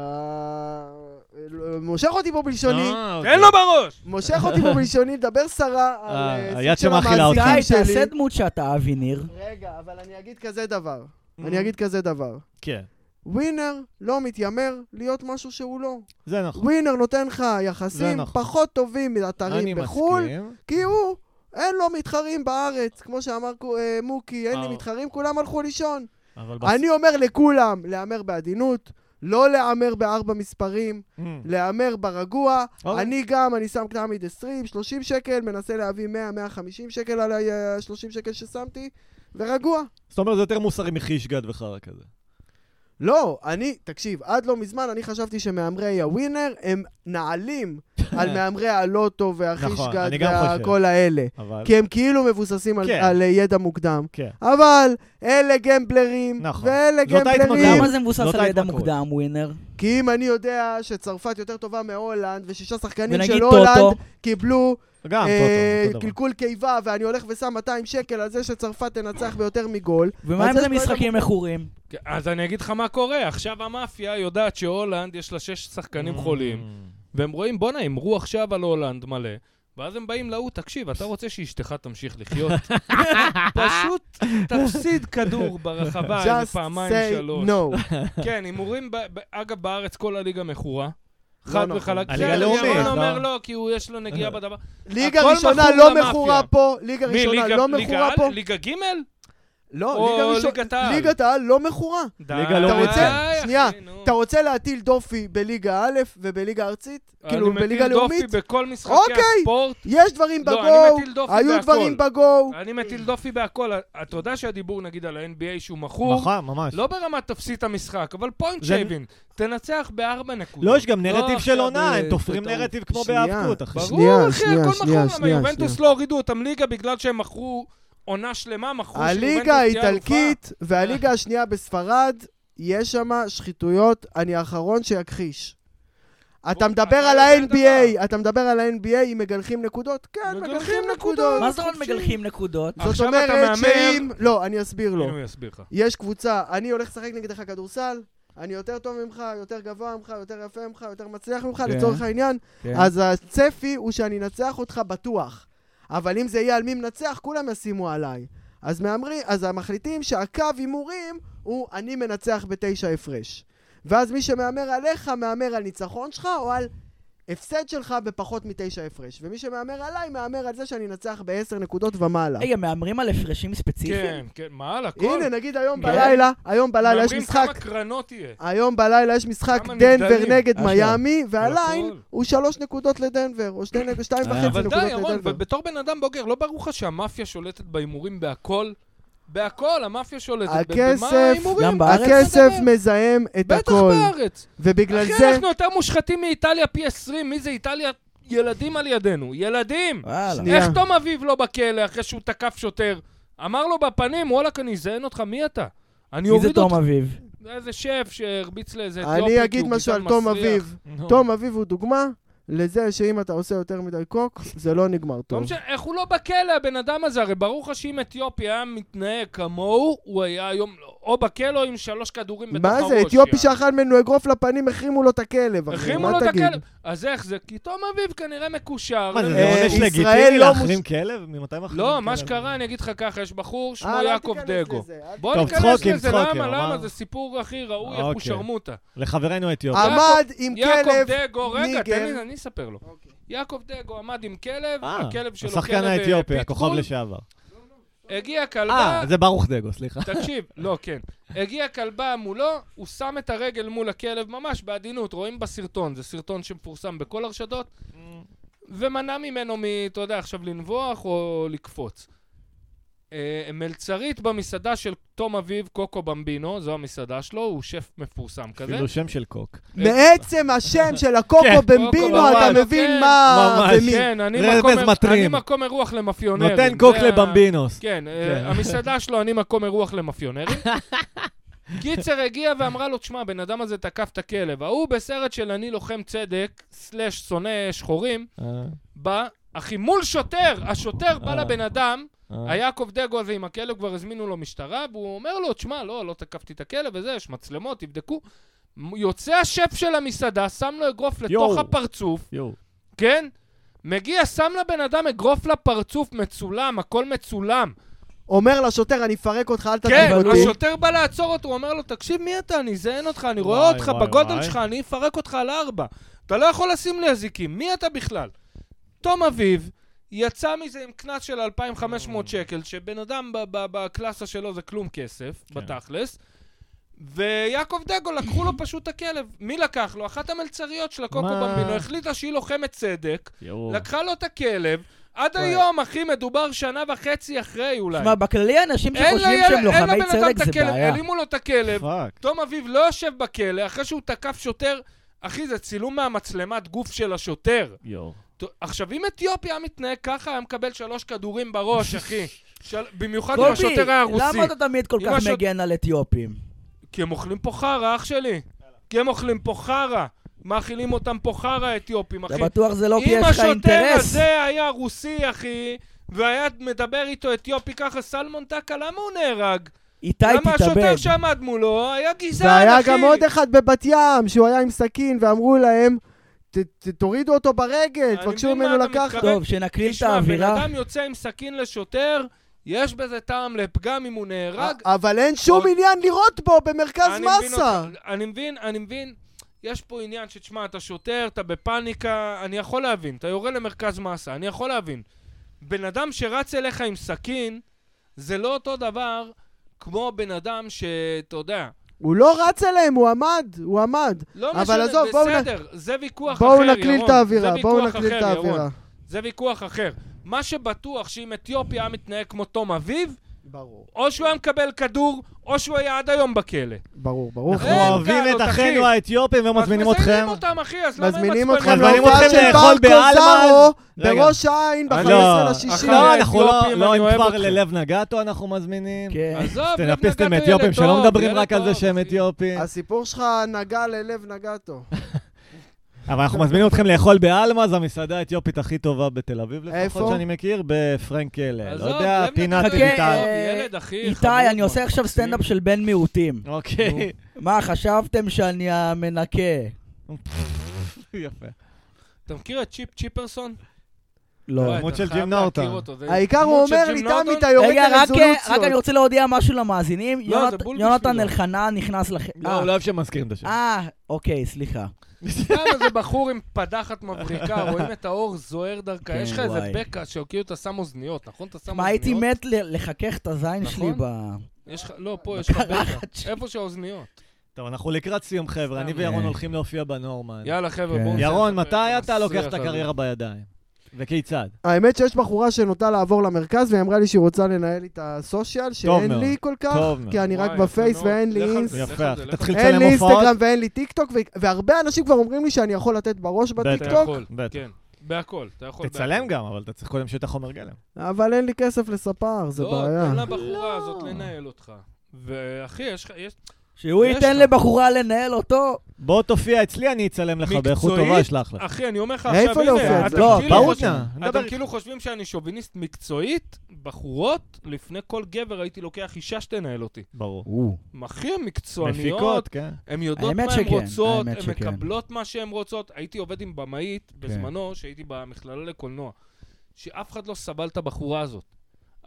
D: אה, מושך אותי פה בלשוני,
A: אה, אוקיי.
C: תן לו בראש!
D: מושך אותי פה בלשוני, לדבר סרה על
A: אה,
D: אה,
A: היד
D: סוג של
A: שמאכילה אותך.
B: די,
D: המאזינים
B: תעשה
D: שלי.
B: דמות שאתה אבי ניר.
D: רגע, אבל אני אגיד כזה דבר.
A: Mm-hmm.
D: אני אגיד כזה דבר.
A: כן,
D: ווינר לא מתיימר להיות משהו שהוא לא.
A: זה נכון.
D: ווינר נותן לך
A: זה
D: יחסים
A: נכון.
D: פחות טובים
A: אני
D: מאתרים בחו"ל,
A: מסכים.
D: כי הוא, אין לו מתחרים בארץ. כמו שאמר קו- אה, מוקי, אין לי
A: אה.
D: מתחרים, כולם הלכו לישון.
A: אבל בס-
D: אני אומר לכולם, להמר בעדינות, לא להמר בארבע מספרים,
A: אמ,
D: להמר ברגוע.
A: אוקיי.
D: אני גם, אני שם תמיד 20, 30 שקל, מנסה להביא 100, 150 שקל על ה-30 שקל ששמתי, ורגוע.
A: זאת אומרת, זה יותר מוסרי מחישגד וחרא כזה.
D: לא, אני, תקשיב, עד לא מזמן אני חשבתי שמהמרי הווינר הם נעלים על מהמרי הלוטו
A: נכון,
D: והחישגת
A: אני גם חושב.
D: והכל האלה.
A: אבל...
D: כי הם כאילו מבוססים על,
A: כן.
D: על אה, ידע מוקדם.
A: כן.
D: אבל אלה גמבלרים,
A: נכון.
D: ואלה
A: זאת ההתמכרות.
D: גמבלרים,
B: למה זה מבוסס
A: זאת
B: על ידע
A: ההתמכרות.
B: מוקדם, ווינר?
D: כי אם אני יודע שצרפת יותר טובה מהולנד, ושישה שחקנים
B: ונגיד
D: של
B: טוטו,
D: הולנד קיבלו
A: גם,
D: אה,
A: טוטו, אותו דבר.
D: קלקול קיבה, ואני הולך ושם 200 שקל על זה שצרפת תנצח ביותר מגול,
B: ומה
D: אז
B: אם
D: יש
B: זה
D: פה ידע
B: משחקים מכורים?
C: כן, אז אני אגיד לך מה קורה, עכשיו המאפיה יודעת שהולנד יש לה שש
A: Mm.
C: שחקנים חולים, והם רואים, בואנה, הימרו עכשיו על הולנד מלא, ואז הם באים להוא, תקשיב, אתה רוצה שאשתך תמשיך לחיות? פשוט תפסיד כדור ברחבה איזה
D: just
C: אה, פעמיים,
D: say
C: שלוש.
D: no.
C: כן, הימורים, ב- ב- אגב, בארץ כל הליגה מכורה.
D: לא
C: חד
D: נכון.
C: וחלק.
A: הליגה
C: כן,
A: הלאומית,
C: ירון
A: לא?
C: אומר לא, כי הוא יש לו נגיעה בדבר.
D: ליגה
C: הכל
D: ראשונה
C: מכור
D: לא
C: למאפיה.
D: מכורה פה, ליגה
C: מי,
D: ראשונה
C: ליגה
D: לא
C: ליגה
D: מכורה
C: על?
D: פה.
C: ליגה ג'?
D: לא,
C: או אה.
D: ליגה ראשונה,
C: ליגת העל?
D: ליגת העל לא מכורה.
C: די,
A: ליגה לאומית.
D: אתה רוצה-
C: אחי,
D: שנייה,
C: נו.
D: אתה רוצה להטיל דופי בליגה א' ובליגה ארצית? כאילו, בליגה
C: אני
D: לאומית?
C: מטיל דופי בכל משחקי
D: אוקיי.
C: הספורט.
D: יש דברים
C: לא, אני
D: בגו,
C: מטיל דופי
D: היו
C: בהכל. אה,
D: דברים בגו.
C: אני מטיל דופי בהכל. אתה יודע שהדיבור, נגיד, על ה-NBA שהוא מכור,
A: נכון, ממש.
C: לא ברמת תפסיד את המשחק, אבל פוינט
A: זה-
C: שייבין. תנצח בארבע נקודות.
A: לא, יש גם נרטיב
C: עכשיו,
A: של עונה,
C: אה,
A: הם תופרים
C: בטעות.
A: נרטיב כמו
D: שנייה.
A: בהיאבקות, אחי.
D: שנייה,
C: ברור, אחי,
D: שנייה,
C: הכל
D: שנייה,
C: מכור. למה
D: שנייה,
C: יובנטוס
D: שנייה.
C: לא הורידו אותם ליגה בגלל שהם מכרו עונה שלמה, מכרו שיובנטוס
D: הליגה
C: תהיה
D: האיטלקית והליגה השנייה בספרד, יש שם שחיתויות, אני האחרון שיכחיש. אתה
C: בוא,
D: מדבר
C: אתה
D: על
C: יודע
D: ה-NBA, אתה מדבר על ה-NBA, אם מגלחים נקודות? כן,
C: מגלחים
D: מגלחים
C: נקודות.
D: נקודות.
B: מה זאת אומרת
D: חופשי.
B: מגלחים נקודות?
C: אה,
D: זאת
C: עכשיו אתה
D: אומרת
C: מהמר-
D: שאם... לא, אני אסביר
C: אלופה.
D: לו.
C: הנה, הוא יסביר לך.
D: יש קבוצה, אני הולך לשחק נגדך כדורסל, אני יותר טוב ממך, יותר גבוה ממך, יותר יפה ממך, יותר מצליח ממך,
B: כן.
D: לצורך העניין,
B: כן.
D: אז הצפי הוא שאני אנצח אותך בטוח. אבל אם זה יהיה על מי מנצח, כולם ישימו עליי. אז, מהמרי, אז המחליטים שהקו הימורים הוא אני מנצח בתשע הפרש. ואז מי שמהמר עליך, מהמר על ניצחון שלך או על הפסד שלך בפחות מתשע הפרש. ומי שמהמר עליי, מהמר על זה שאני אנצח בעשר נקודות ומעלה.
B: רגע, מהמרים על הפרשים ספציפיים?
C: כן, כן, מה על הכל?
D: הנה, נגיד היום
C: כן.
D: בלילה, היום בלילה יש
C: מהמרים
D: משחק
C: כמה קרנות תהיה.
D: היום בלילה יש משחק
C: כמה
D: דנבר
C: נגדלים?
D: נגד
B: אשכרה.
D: מיאמי, והליין
C: הכל.
D: הוא שלוש נקודות לדנבר, או שתי נק- שתיים
A: אה,
D: וחצי
C: אבל די,
D: נקודות
C: ירון,
D: לדנבר.
C: ב- בתור בן אדם בוגר, לא ברור לך שהמאפיה שולטת בהימורים בהכל? בהכל, המאפיה שולטת. ב-
D: הכסף-
C: במה ההימורים?
B: גם בארץ?
D: כן, הכסף
C: אתה מדבר?
D: מזהם את
C: בטח
D: הכל,
C: בארץ.
D: ובגלל
C: אחי,
D: זה...
C: אנחנו יותר מושחתים מאיטליה פי 20, מי זה איטליה? ילדים על ידינו, ילדים!
B: וואלה.
D: שנייה.
C: איך תום אביב לא בכלא אחרי שהוא תקף שוטר? אמר לו בפנים, וואלכ, אני אזיין אותך, מי אתה? אני
B: מי זה
C: אוריד
B: תום
C: אותך.
B: אביב?
C: איזה שף שהרביץ לאיזה אתיופי,
D: אני
C: כי
D: אגיד
C: הוא
D: משהו על
C: גזען
D: תום
C: מסריח.
D: אביב. תום אביב הוא דוגמה לזה שאם אתה עושה יותר מדי קוק, זה לא נגמר
C: לא
D: טוב.
C: משנה, איך הוא לא בכלא, הבן אדם הזה? הרי ברור לך שאם אתיופי היה מתנהג כמוהו, הוא היה היום לא- או בכלא או עם שלוש כדורים בתוך הראש.
D: מה זה, אתיופי
C: יעני.
D: שאכל ממנו אגרוף לפנים, החרימו לו את הכלב, אחי,
C: החרימו
D: מה
C: לו את
D: תגיד?
C: הכלב. אז איך זה? כי תום אביב כנראה מקושר.
A: מה, זה
C: למי-
D: אה,
A: זה עונש
D: ישראל
A: לגיטימי
D: לא
A: להחרים כלב? ממתי מחרים כלב?
C: לא, מה שקרה, אני אגיד לך ככה, יש בחור שמו
D: אוקיי. אה, לא
C: יעקב
D: תיכנס
C: דגו.
D: לזה, אל
C: בוא
A: טוב,
C: ניכנס
A: צחוקים,
C: לזה,
A: צחוקים,
C: למה, למה?
A: אמר.
C: זה סיפור הכי רעוי, איך הוא
A: אוקיי.
C: שרמוטה.
A: לחברינו האתיופים.
C: אה,
D: עמד עם
C: יעקב
D: כלב, אוקיי.
C: דגו, רגע, תן
D: ניגר.
C: לי, אני אספר לו. יעקב דגו עמד עם כלב,
A: אה,
C: הכלב שלו כלב
A: השחקן
C: אה,
A: האתיופי, הכוכב
C: פיטבול,
A: לשעבר.
C: הגיעה כלבה,
A: אה, זה ברוך דגו, סליחה.
C: תקשיב, לא, כן. הגיעה כלבה מולו, הוא שם את הרגל מול הכלב ממש בעדינות, רואים בסרטון, זה סרטון שמפורסם בכל הרשתות, ומנע ממנו, מ- אתה יודע, עכשיו לנבוח או לקפוץ. אה, מלצרית במסעדה של תום אביב, קוקו במבינו, זו המסעדה שלו, הוא שף מפורסם כזה.
A: אפילו כאילו, שם של קוק.
C: אה,
D: מעצם השם של הקוקו
A: כן.
D: במבינו,
A: קוקו,
D: אתה
A: ממש,
D: מבין
C: כן.
D: מה
A: ממש,
D: ומי.
C: כן, אני
A: רמז
C: מקום- אני
A: מטרים.
C: מקום אירוח למאפיונרים.
A: נותן קוק
C: זה ה-
A: לבמבינוס.
C: כן,
A: כן.
C: אה, המסעדה שלו, אני מקום אירוח למאפיונרים. קיצר הגיעה ואמרה לו, תשמע, הבן אדם הזה תקף את הכלב. ההוא בסרט של אני לוחם צדק, סלאש שונא שחורים,
A: אה,
C: בא, אחי, מול שוטר, השוטר בא
A: אה.
C: לבן אדם,
A: אה.
C: היעקב דגו הזה עם הכלב, כבר הזמינו לו משטרה, והוא אומר לו, תשמע, לא, לא תקפתי את הכלב וזה, יש מצלמות, תבדקו. יוצא השף של המסעדה, שם לו אגרוף לתוך
A: יואו.
C: הפרצוף,
A: יואו.
C: כן? מגיע, שם לבן אדם אגרוף לפרצוף, מצולם, הכל מצולם.
D: אומר לשוטר, אני אפרק אותך, אל תתחיל
C: כן,
D: אותי.
C: השוטר בא לעצור אותו, הוא אומר לו, תקשיב, מי אתה? אני אזיין אותך, אני רואה
A: וואי,
C: אותך
A: וואי,
C: בגודל
A: וואי.
C: שלך, אני אפרק אותך על ארבע. אתה לא יכול לשים לי אזיקים, מי אתה בכלל? תום אביב יצא מזה עם קנס של 2,500
A: Mm.
C: שקל, שבן אדם ב- ב- בקלאסה שלו זה כלום כסף,
A: כן.
C: בתכלס. ויעקב דגו לקחו לו פשוט את הכלב. מי לקח לו? אחת המלצריות של הקוקו
A: מה?
C: במבינו החליטה שהיא לוחמת צדק,
A: יואו.
C: לקחה לו את הכלב. עד
D: וואי.
C: היום, אחי, מדובר שנה וחצי אחרי אולי.
B: שמע, בכללי אנשים
C: אין
B: שחושבים
C: לילד-
B: שהם
C: אין
B: לוחמי
C: לבן אדם את
B: צדק זה
C: הכלב,
B: בעיה. נכון.
C: הרימו לו את הכלב,
A: פאק.
C: תום אביב לא יושב בכלא, אחרי שהוא תקף שוטר, אחי, זה צילום מהמצלמת גוף של השוטר.
A: יואו.
C: ת- עכשיו, אם אתיופי היה מתנהג ככה, היה מקבל שלוש כדורים בראש, אחי. של... במיוחד אם
B: קובי,
C: השוטר היה רוסי.
B: למה אתה תמיד כל
C: אם
B: כך
C: השוט-
B: מגן על אתיופים?
C: כי הם אוכלים פה חרא, אח שלי. כי הם אוכלים פה חרא. מאכילים אותם פה חרא, אתיופים,
B: אתה
C: אחי.
B: בטוח זה לא כי
C: אם
B: יש לך
C: השוטר
B: אינטרס?
C: הזה היה רוסי, אחי, והיה מדבר איתו אתיופי ככה, סלמון טקה, למה הוא נהרג?
B: איתי
C: למה
B: תתאבד.
C: השוטר שעמד מולו היה גזען, אחי.
D: והיה גם עוד אחד בבת ים, שהוא היה עם סכין, ואמרו להם, "ת- ת- תורידו אותו ברגל,
C: אני
D: תבקשו
C: מבין מה
D: ממנו
C: אתה
D: לקחת.
C: מתכוון.
B: טוב, שנקליל את
C: תשמע, בן
B: האווירה.
C: אדם יוצא עם סכין לשוטר, יש בזה טעם לפגם אם הוא נהרג.
D: אבל אין שום
C: עוד-
D: עניין לירות בו במרכז
C: נכון. אני מבין
D: מסה.
C: אותך. אני מבין, אני מבין. יש פה עניין שתשמע, אתה שוטר, אתה בפאניקה, אני יכול להבין. אתה יורה למרכז מסה, אני יכול להבין. בן אדם שרץ אליך עם סכין, זה לא אותו דבר כמו בן אדם שאתה יודע.
D: הוא לא רץ אליהם, הוא עמד, הוא עמד.
C: לא
D: אבל
C: משנה,
D: עזוב, בואו נ-
C: בסדר, זה ויכוח אחר,
D: בואו
C: ירון.
D: נקליל את האווירה,
C: זה
D: בואו
C: ויכוח
D: נקליל את
C: אחר, ירון.
D: האווירה.
C: זה ויכוח אחר. מה שבטוח שאם אתיופי היה מתנהג כמו תום אביב,
D: ברור,
C: או שהוא היה מקבל כדור, או שהוא היה עד היום בכלא.
D: ברור, ברור.
A: אנחנו
C: אין
A: אוהבים
C: גלות,
A: את
C: אחי.
A: אחינו האתיופים ומזמינים
C: אז מזמינים
A: לא אתכם.
C: אותם, אחי, אז למה הם
D: מזמינים
C: עצבנים?
D: אתכם
A: מזמינים
D: להופעה
A: אתכם
D: של
A: לאכול
D: בר קוזרו
A: רגע.
D: בראש העין
A: לא,
D: ב-15
C: שישי.
D: לשישי.
A: לא, אנחנו לא-
C: האתיופים,
A: לא
C: אני
A: אם
C: אוהב
A: כבר
C: אתכם.
A: ללב נגעתו אנחנו מזמינים.
B: כן.
C: עזוב, לב
A: סטנדאפיסטים
C: נגעתו,
A: אתיופים
C: ילד
A: שלא
C: טוב,
A: מדברים
C: ילד
A: רק על
C: טוב,
A: זה שהם
C: אחי.
A: אתיופים.
D: הסיפור שלך נגע ללב נגעתו.
A: אבל אנחנו מזמינים אתכם לאכול בעלמה, זו המסעדה האתיופית הכי טובה בתל אביב, לפחות
D: איפה?
A: שאני מכיר, בפרנק אלה. לא
C: עזוב,
A: יודע,
C: לב
A: פינת
C: נגעתו,
B: חכה,
A: רויטל.
B: אה,
C: ילד, אחי, חמוד
B: איתי, אני עושה
C: מאוד.
B: עכשיו סטנדאפ של בן מיעוטים.
A: אוקיי.
B: מה, חשבתם שאני המנקה?
A: יפה.
C: אתה מכיר את צ'יפ צ'יפרסון?
B: לא.
A: דמות
C: אתה
A: של
C: חייב
A: ג'ים
C: להכיר
A: נורטון.
C: אותו, זה
D: העיקר
C: דמות
D: הוא
C: של
D: אומר
C: ג'ים
D: לי,
C: נורטון.
D: תמי, אתה יורד
B: רגע, רק- רק אני
D: לרזולוציות.
B: רוצה להודיע משהו למאזינים.
C: לא,
B: יונת-
C: זה בול
B: יונתן
C: בשבילו.
B: אלחנן נכנס לח...
A: לא, הוא לא אוהב שמזכירים את השם.
B: אה, אוקיי, סליחה.
C: סתם איזה בחור עם פדחת מבריקה, רואים את האור זוהר דרכה.
B: כן,
C: יש לך איזה
B: וואי.
C: בקע שכאילו אתה שם אוזניות, נכון? אתה שם
B: מה, הייתי
C: אוזניות?
B: מת ל- לחכך את הזין
C: נכון.
B: שלי ב...
C: יש לך, לא, פה יש לך
B: בקרחת
C: בקע.
B: שלי.
C: איפה שהאוזניות?
A: טוב, אנחנו לקראת סיום, חבר'ה. אני
C: סתם,
A: וירון
B: אה.
A: הולכים להופיע בנורמן.
C: יאללה, חבר'ה,
B: כן.
C: בואו... נעשה
A: ירון,
C: את הפרק
A: מתי אתה לוקח
C: המסריח
A: את
C: הזה.
A: הקריירה בידיים? וכיצד?
D: האמת שיש בחורה שנוטה לעבור למרכז, והיא אמרה לי שהיא רוצה לנהל לי את הסושיאל, שאין
A: מאוד,
D: לי כל כך,
A: טוב מאוד.
D: כי אני רק
C: וואי,
D: בפייס
C: יפה מאוד.
D: ואין לי
C: לך על
D: אינס.
C: זה, לא- לך על
A: יפה,
C: זה, לך
A: תתחיל
D: אין
A: לצלם
D: לי
A: הופעות.
D: אינסטגרם ואין לי טיקטוק, ו- והרבה אנשים כבר אומרים לי שאני יכול לתת בראש
C: אתה
A: טיקטוק?
D: בטיקטוק,
C: יכול,
A: בטח.
C: כן. בהכל, אתה יכול.
A: תצלם גם, אבל אתה צריך קודם שיהיה את החומר גלם.
D: אבל אין לי כסף לספר, זה
C: לא,
D: בעיה.
C: תן לבחורה הזאת לנהל אותך. ואחי, יש לך, יש...
B: שהוא
C: יש
B: ייתן
C: לך.
B: לבחורה לנהל אותו?
A: בוא תופיע אצלי, אני אצלם לך באיכות
C: מקצועית,
A: טובה, אשלח לך.
C: אחי, אני אומר לך
D: מאיפה
C: עכשיו,
D: להופיע?
C: הנה,
D: לא,
C: אתם כאילו
A: ברור
C: חושבים-
A: נא, נדבר
C: אתם כאילו חושבים שאני שוביניסט מקצועית, בחורות, לפני כל גבר הייתי לוקח אישה שתנהל אותי.
A: ברור.
C: אחי, הן
A: מפיקות,
C: מקצועניות,
A: כן.
C: הן יודעות
B: האמת
C: מה הן
B: שכן,
C: רוצות,
B: האמת
C: הן
B: שכן. כן.
C: מקבלות מה שהן רוצות. הייתי עובד עם במאית בזמנו, שהייתי במכללה לקולנוע, שאף אחד לא סבל את הבחורה הזאת.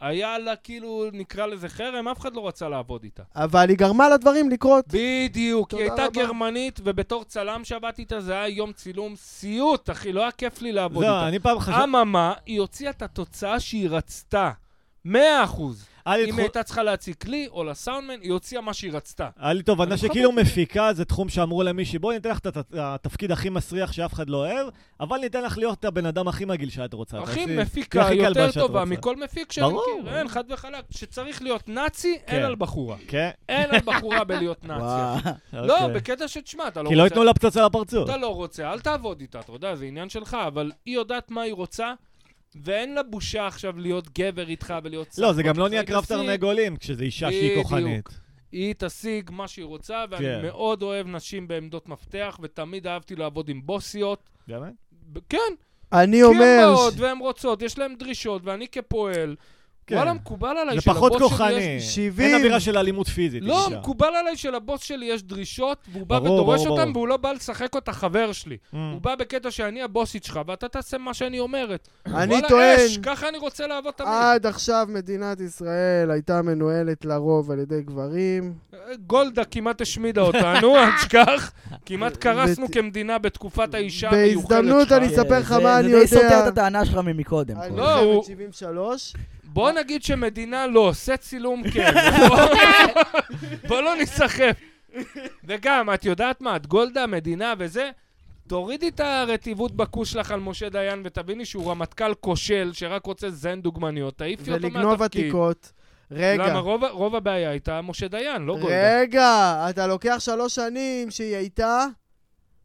C: היה לה כאילו, נקרא לזה חרם, אף אחד לא רצה לעבוד איתה.
D: אבל היא גרמה לדברים לקרות.
C: בדיוק, היא
D: תודה
C: הייתה
D: רבה.
C: גרמנית, ובתור צלם שעבדתי איתה זה היה יום צילום סיוט, אחי, לא היה כיף לי לעבוד
A: לא,
C: איתה.
A: אני פעם חשבתי...
C: אממה, היא הוציאה את התוצאה שהיא רצתה. 100 אחוז.
A: היה לי
C: אם
A: תחו-
C: היא הייתה צריכה להציק לי או לסאונדמן, היא הוציאה מה שהיא רצתה.
A: היה לי
C: אני
A: תובנה שכאילו
C: מכבד את זה.
A: מפיקה זה תחום שאמרו למישהי, בואי ניתן לך את הת- התפקיד הכי מסריח שאף אחד לא אוהב, אבל ניתן לך להיות הבן אדם הכי מגעיל שאת רוצה.
C: אחי,
A: תעשי-
C: מפיקה
A: הכי כלבה
C: יותר
A: שאת
C: טובה
A: רוצה.
C: מכל מפיק שאני
A: ברור.
C: מכיר. אין, חד וחלק. שצריך להיות נאצי, אין
A: כן.
C: על בחורה.
A: כן,
C: אין על בחורה בלהיות נאצי.
B: וואו.
C: אחי. לא,
A: אוקיי.
C: בקטע שתשמע, אתה לא
A: כי לא
C: רוצה...
A: ייתנו לה פצצה לפרצוף.
C: אתה לא רוצה, אל תעבוד איתה, אתה יודע, זה עניין שלך, אבל היא יודעת מה היא רוצה, ואין לה בושה עכשיו להיות גבר איתך ולהיות
A: לא,
C: סחבק
A: זה גם לא
C: איתך.
A: נהיה
C: היא
A: קרב
C: תשיג-
A: תרנגולים כשזה אישה שהיא
C: בדיוק.
A: כוחנית.
C: היא תשיג מה שהיא רוצה, ואני
A: כן.
C: מאוד אוהב נשים בעמדות מפתח, ותמיד אהבתי לעבוד עם בוסיות.
A: באמת?
C: ב- כן,
D: אני
C: כי הן
D: אומר...
C: באות
D: ש-
C: והן רוצות, יש להן דרישות, ואני כפועל,
A: כן.
C: וואלה, מקובל עליי
A: זה
C: שלבוס לא, שלי
A: פחות
C: יש...
A: כוחני.
D: שבעים.
A: אין אווירה של אלימות פיזית.
C: לא,
A: אישה.
C: מקובל עליי שלבוס שלי יש דרישות, והוא בא
A: ברור,
C: ודורש
A: ברור,
C: אותן,
A: ברור.
C: והוא לא בא לשחק אותה חבר שלי.
A: Mm.
C: הוא בא בקטע שאני הבוסית שלך, ואתה תעשה מה שאני אומרת.
D: אני
C: וואלה,
D: טוען...
C: אש, ככה אני רוצה לעבוד תמיד.
D: עד עכשיו מדינת ישראל הייתה מנוהלת לרוב על ידי גברים.
C: אה, גולדה כמעט השמידה אותנו, אל תשכח. כמעט קרסנו
D: בת-
C: כמדינה בתקופת האישה המיוחדת
D: בהזדמנות אני
C: שלך.
D: אספר לך מה אני
B: כן. זה די סותר
D: יודע.
B: את הטענה שלך ממקודם.
D: על
B: קודם.
C: לא, הוא-
D: מלחמת 73.
C: בוא נגיד שמדינה לא, עושה צילום כן. בוא לא נסחף. וגם, את יודעת מה, את גולדה, מדינה וזה, תורידי את הרטיבות בכוס שלך על משה דיין ותביני שהוא רמטכ"ל כושל שרק רוצה לזיין דוגמניות, תעיפי אותו מהתפקיד.
D: ולגנוב עתיקות. רגע,
C: למה רוב, ה- רוב הבעיה הייתה משה דיין, לא גולדה.
D: רגע, אתה לוקח שלוש שנים שהיא הייתה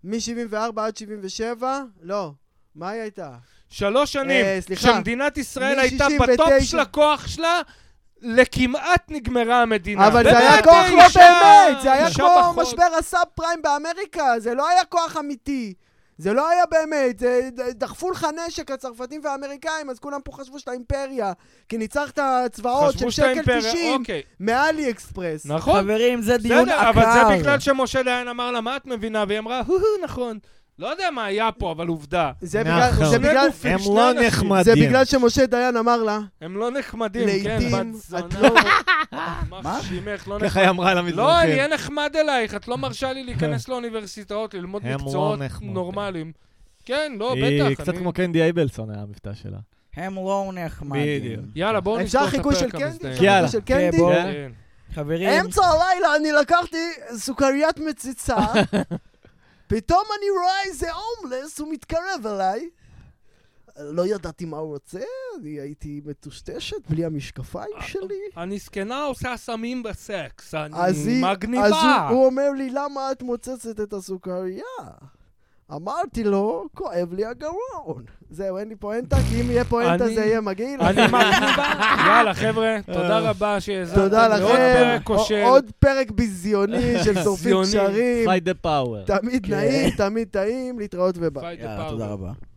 D: מ-74 עד 77? לא. מה היא הייתה?
C: שלוש שנים
D: אה, סליחה.
C: שמדינת ישראל
D: מ-
C: הייתה
D: 69.
C: בטופ של הכוח שלה, לכמעט נגמרה המדינה.
D: אבל זה היה
C: ובאמת
D: כוח לא
C: אישה-
D: באמת, זה היה
C: אישה
D: כמו
C: פחות.
D: משבר הסאב פריים באמריקה, זה לא היה כוח אמיתי. זה לא היה באמת, זה- ד- דחפו לך נשק הצרפתים והאמריקאים, אז כולם פה חשבו שאתה אימפריה. כי ניצחת צבאות של
C: חשבו שאתה
D: שקל
C: אימפריה,
D: 90
C: אוקיי.
D: מאלי אקספרס.
C: נכון,
B: חברים, זה דיון עקר.
C: בסדר, אבל זה בגלל שמשה דיין אמר לה, מה את מבינה? והיא אמרה, הו הו, נכון. לא יודע מה היה פה, אבל עובדה.
D: זה
A: נכון.
D: בגלל- זה בגלל-
C: גופים,
A: הם
C: שני
A: לא
C: אנשים.
D: זה
A: נחמדים.
D: בגלל שמשה דיין אמר לה,
C: הם לא נחמדים, כן,
D: לעיתים
C: בת זונה.
D: את לא...
C: מה? שימך, לא
A: ככה היא אמרה על המזרחים.
C: לא, אני אהיה נחמד אלייך, את לא מרשה לי להיכנס לאוניברסיטאות, ללמוד
A: הם לא
C: מקצועות
A: נחמדים.
C: נורמליים. כן, לא,
A: היא
C: בטח.
A: קצת
C: אני-
A: כמו קנדי אייבלסון היה המבטא שלה.
B: הם לא נחמדים.
A: בדיוק.
C: יאללה, בואו
D: אפשר
C: נסגור את
D: חיקוי של
C: הפרק
D: קנדי?
C: המזדיין.
D: אפשר
A: יאללה.
D: חיקוי של קנדי?
B: בואו.
A: כן.
C: כן.
B: חברים,
D: אמצע הלילה אני לקחתי סוכריית מציצה, פתאום אני רואה איזה הומלס, הוא מתקרב אליי. לא ידעתי מה הוא רוצה, אני הייתי מטושטשת בלי המשקפיים שלי.
C: אני זקנה עושה סמים בסקס, אה, אני
D: אז היא... אז
C: מגניבה.
D: הוא- הוא אומר לי, למה את מוצצת את הסוכריה? אמרתי לו, כואב לי הגרון. זהו, אין לי פואנטה, כי אם יהיה פואנטה
C: אני-
D: זה יהיה מגעיל.
C: אני מגניבה. יאללה, חבר'ה, תודה רבה שהאזנתם.
D: תודה
C: עוד
D: לכם.
C: פרק כושל.
D: עוד פרק ביזיוני של שורפים
C: ביזיוני.
D: קשרים.
A: פייט דה פאוור.
D: תמיד
B: כן.
D: נעים, תמיד טעים, להתראות וביי.
C: Fight the
B: יאללה,
C: power.
B: תודה רבה.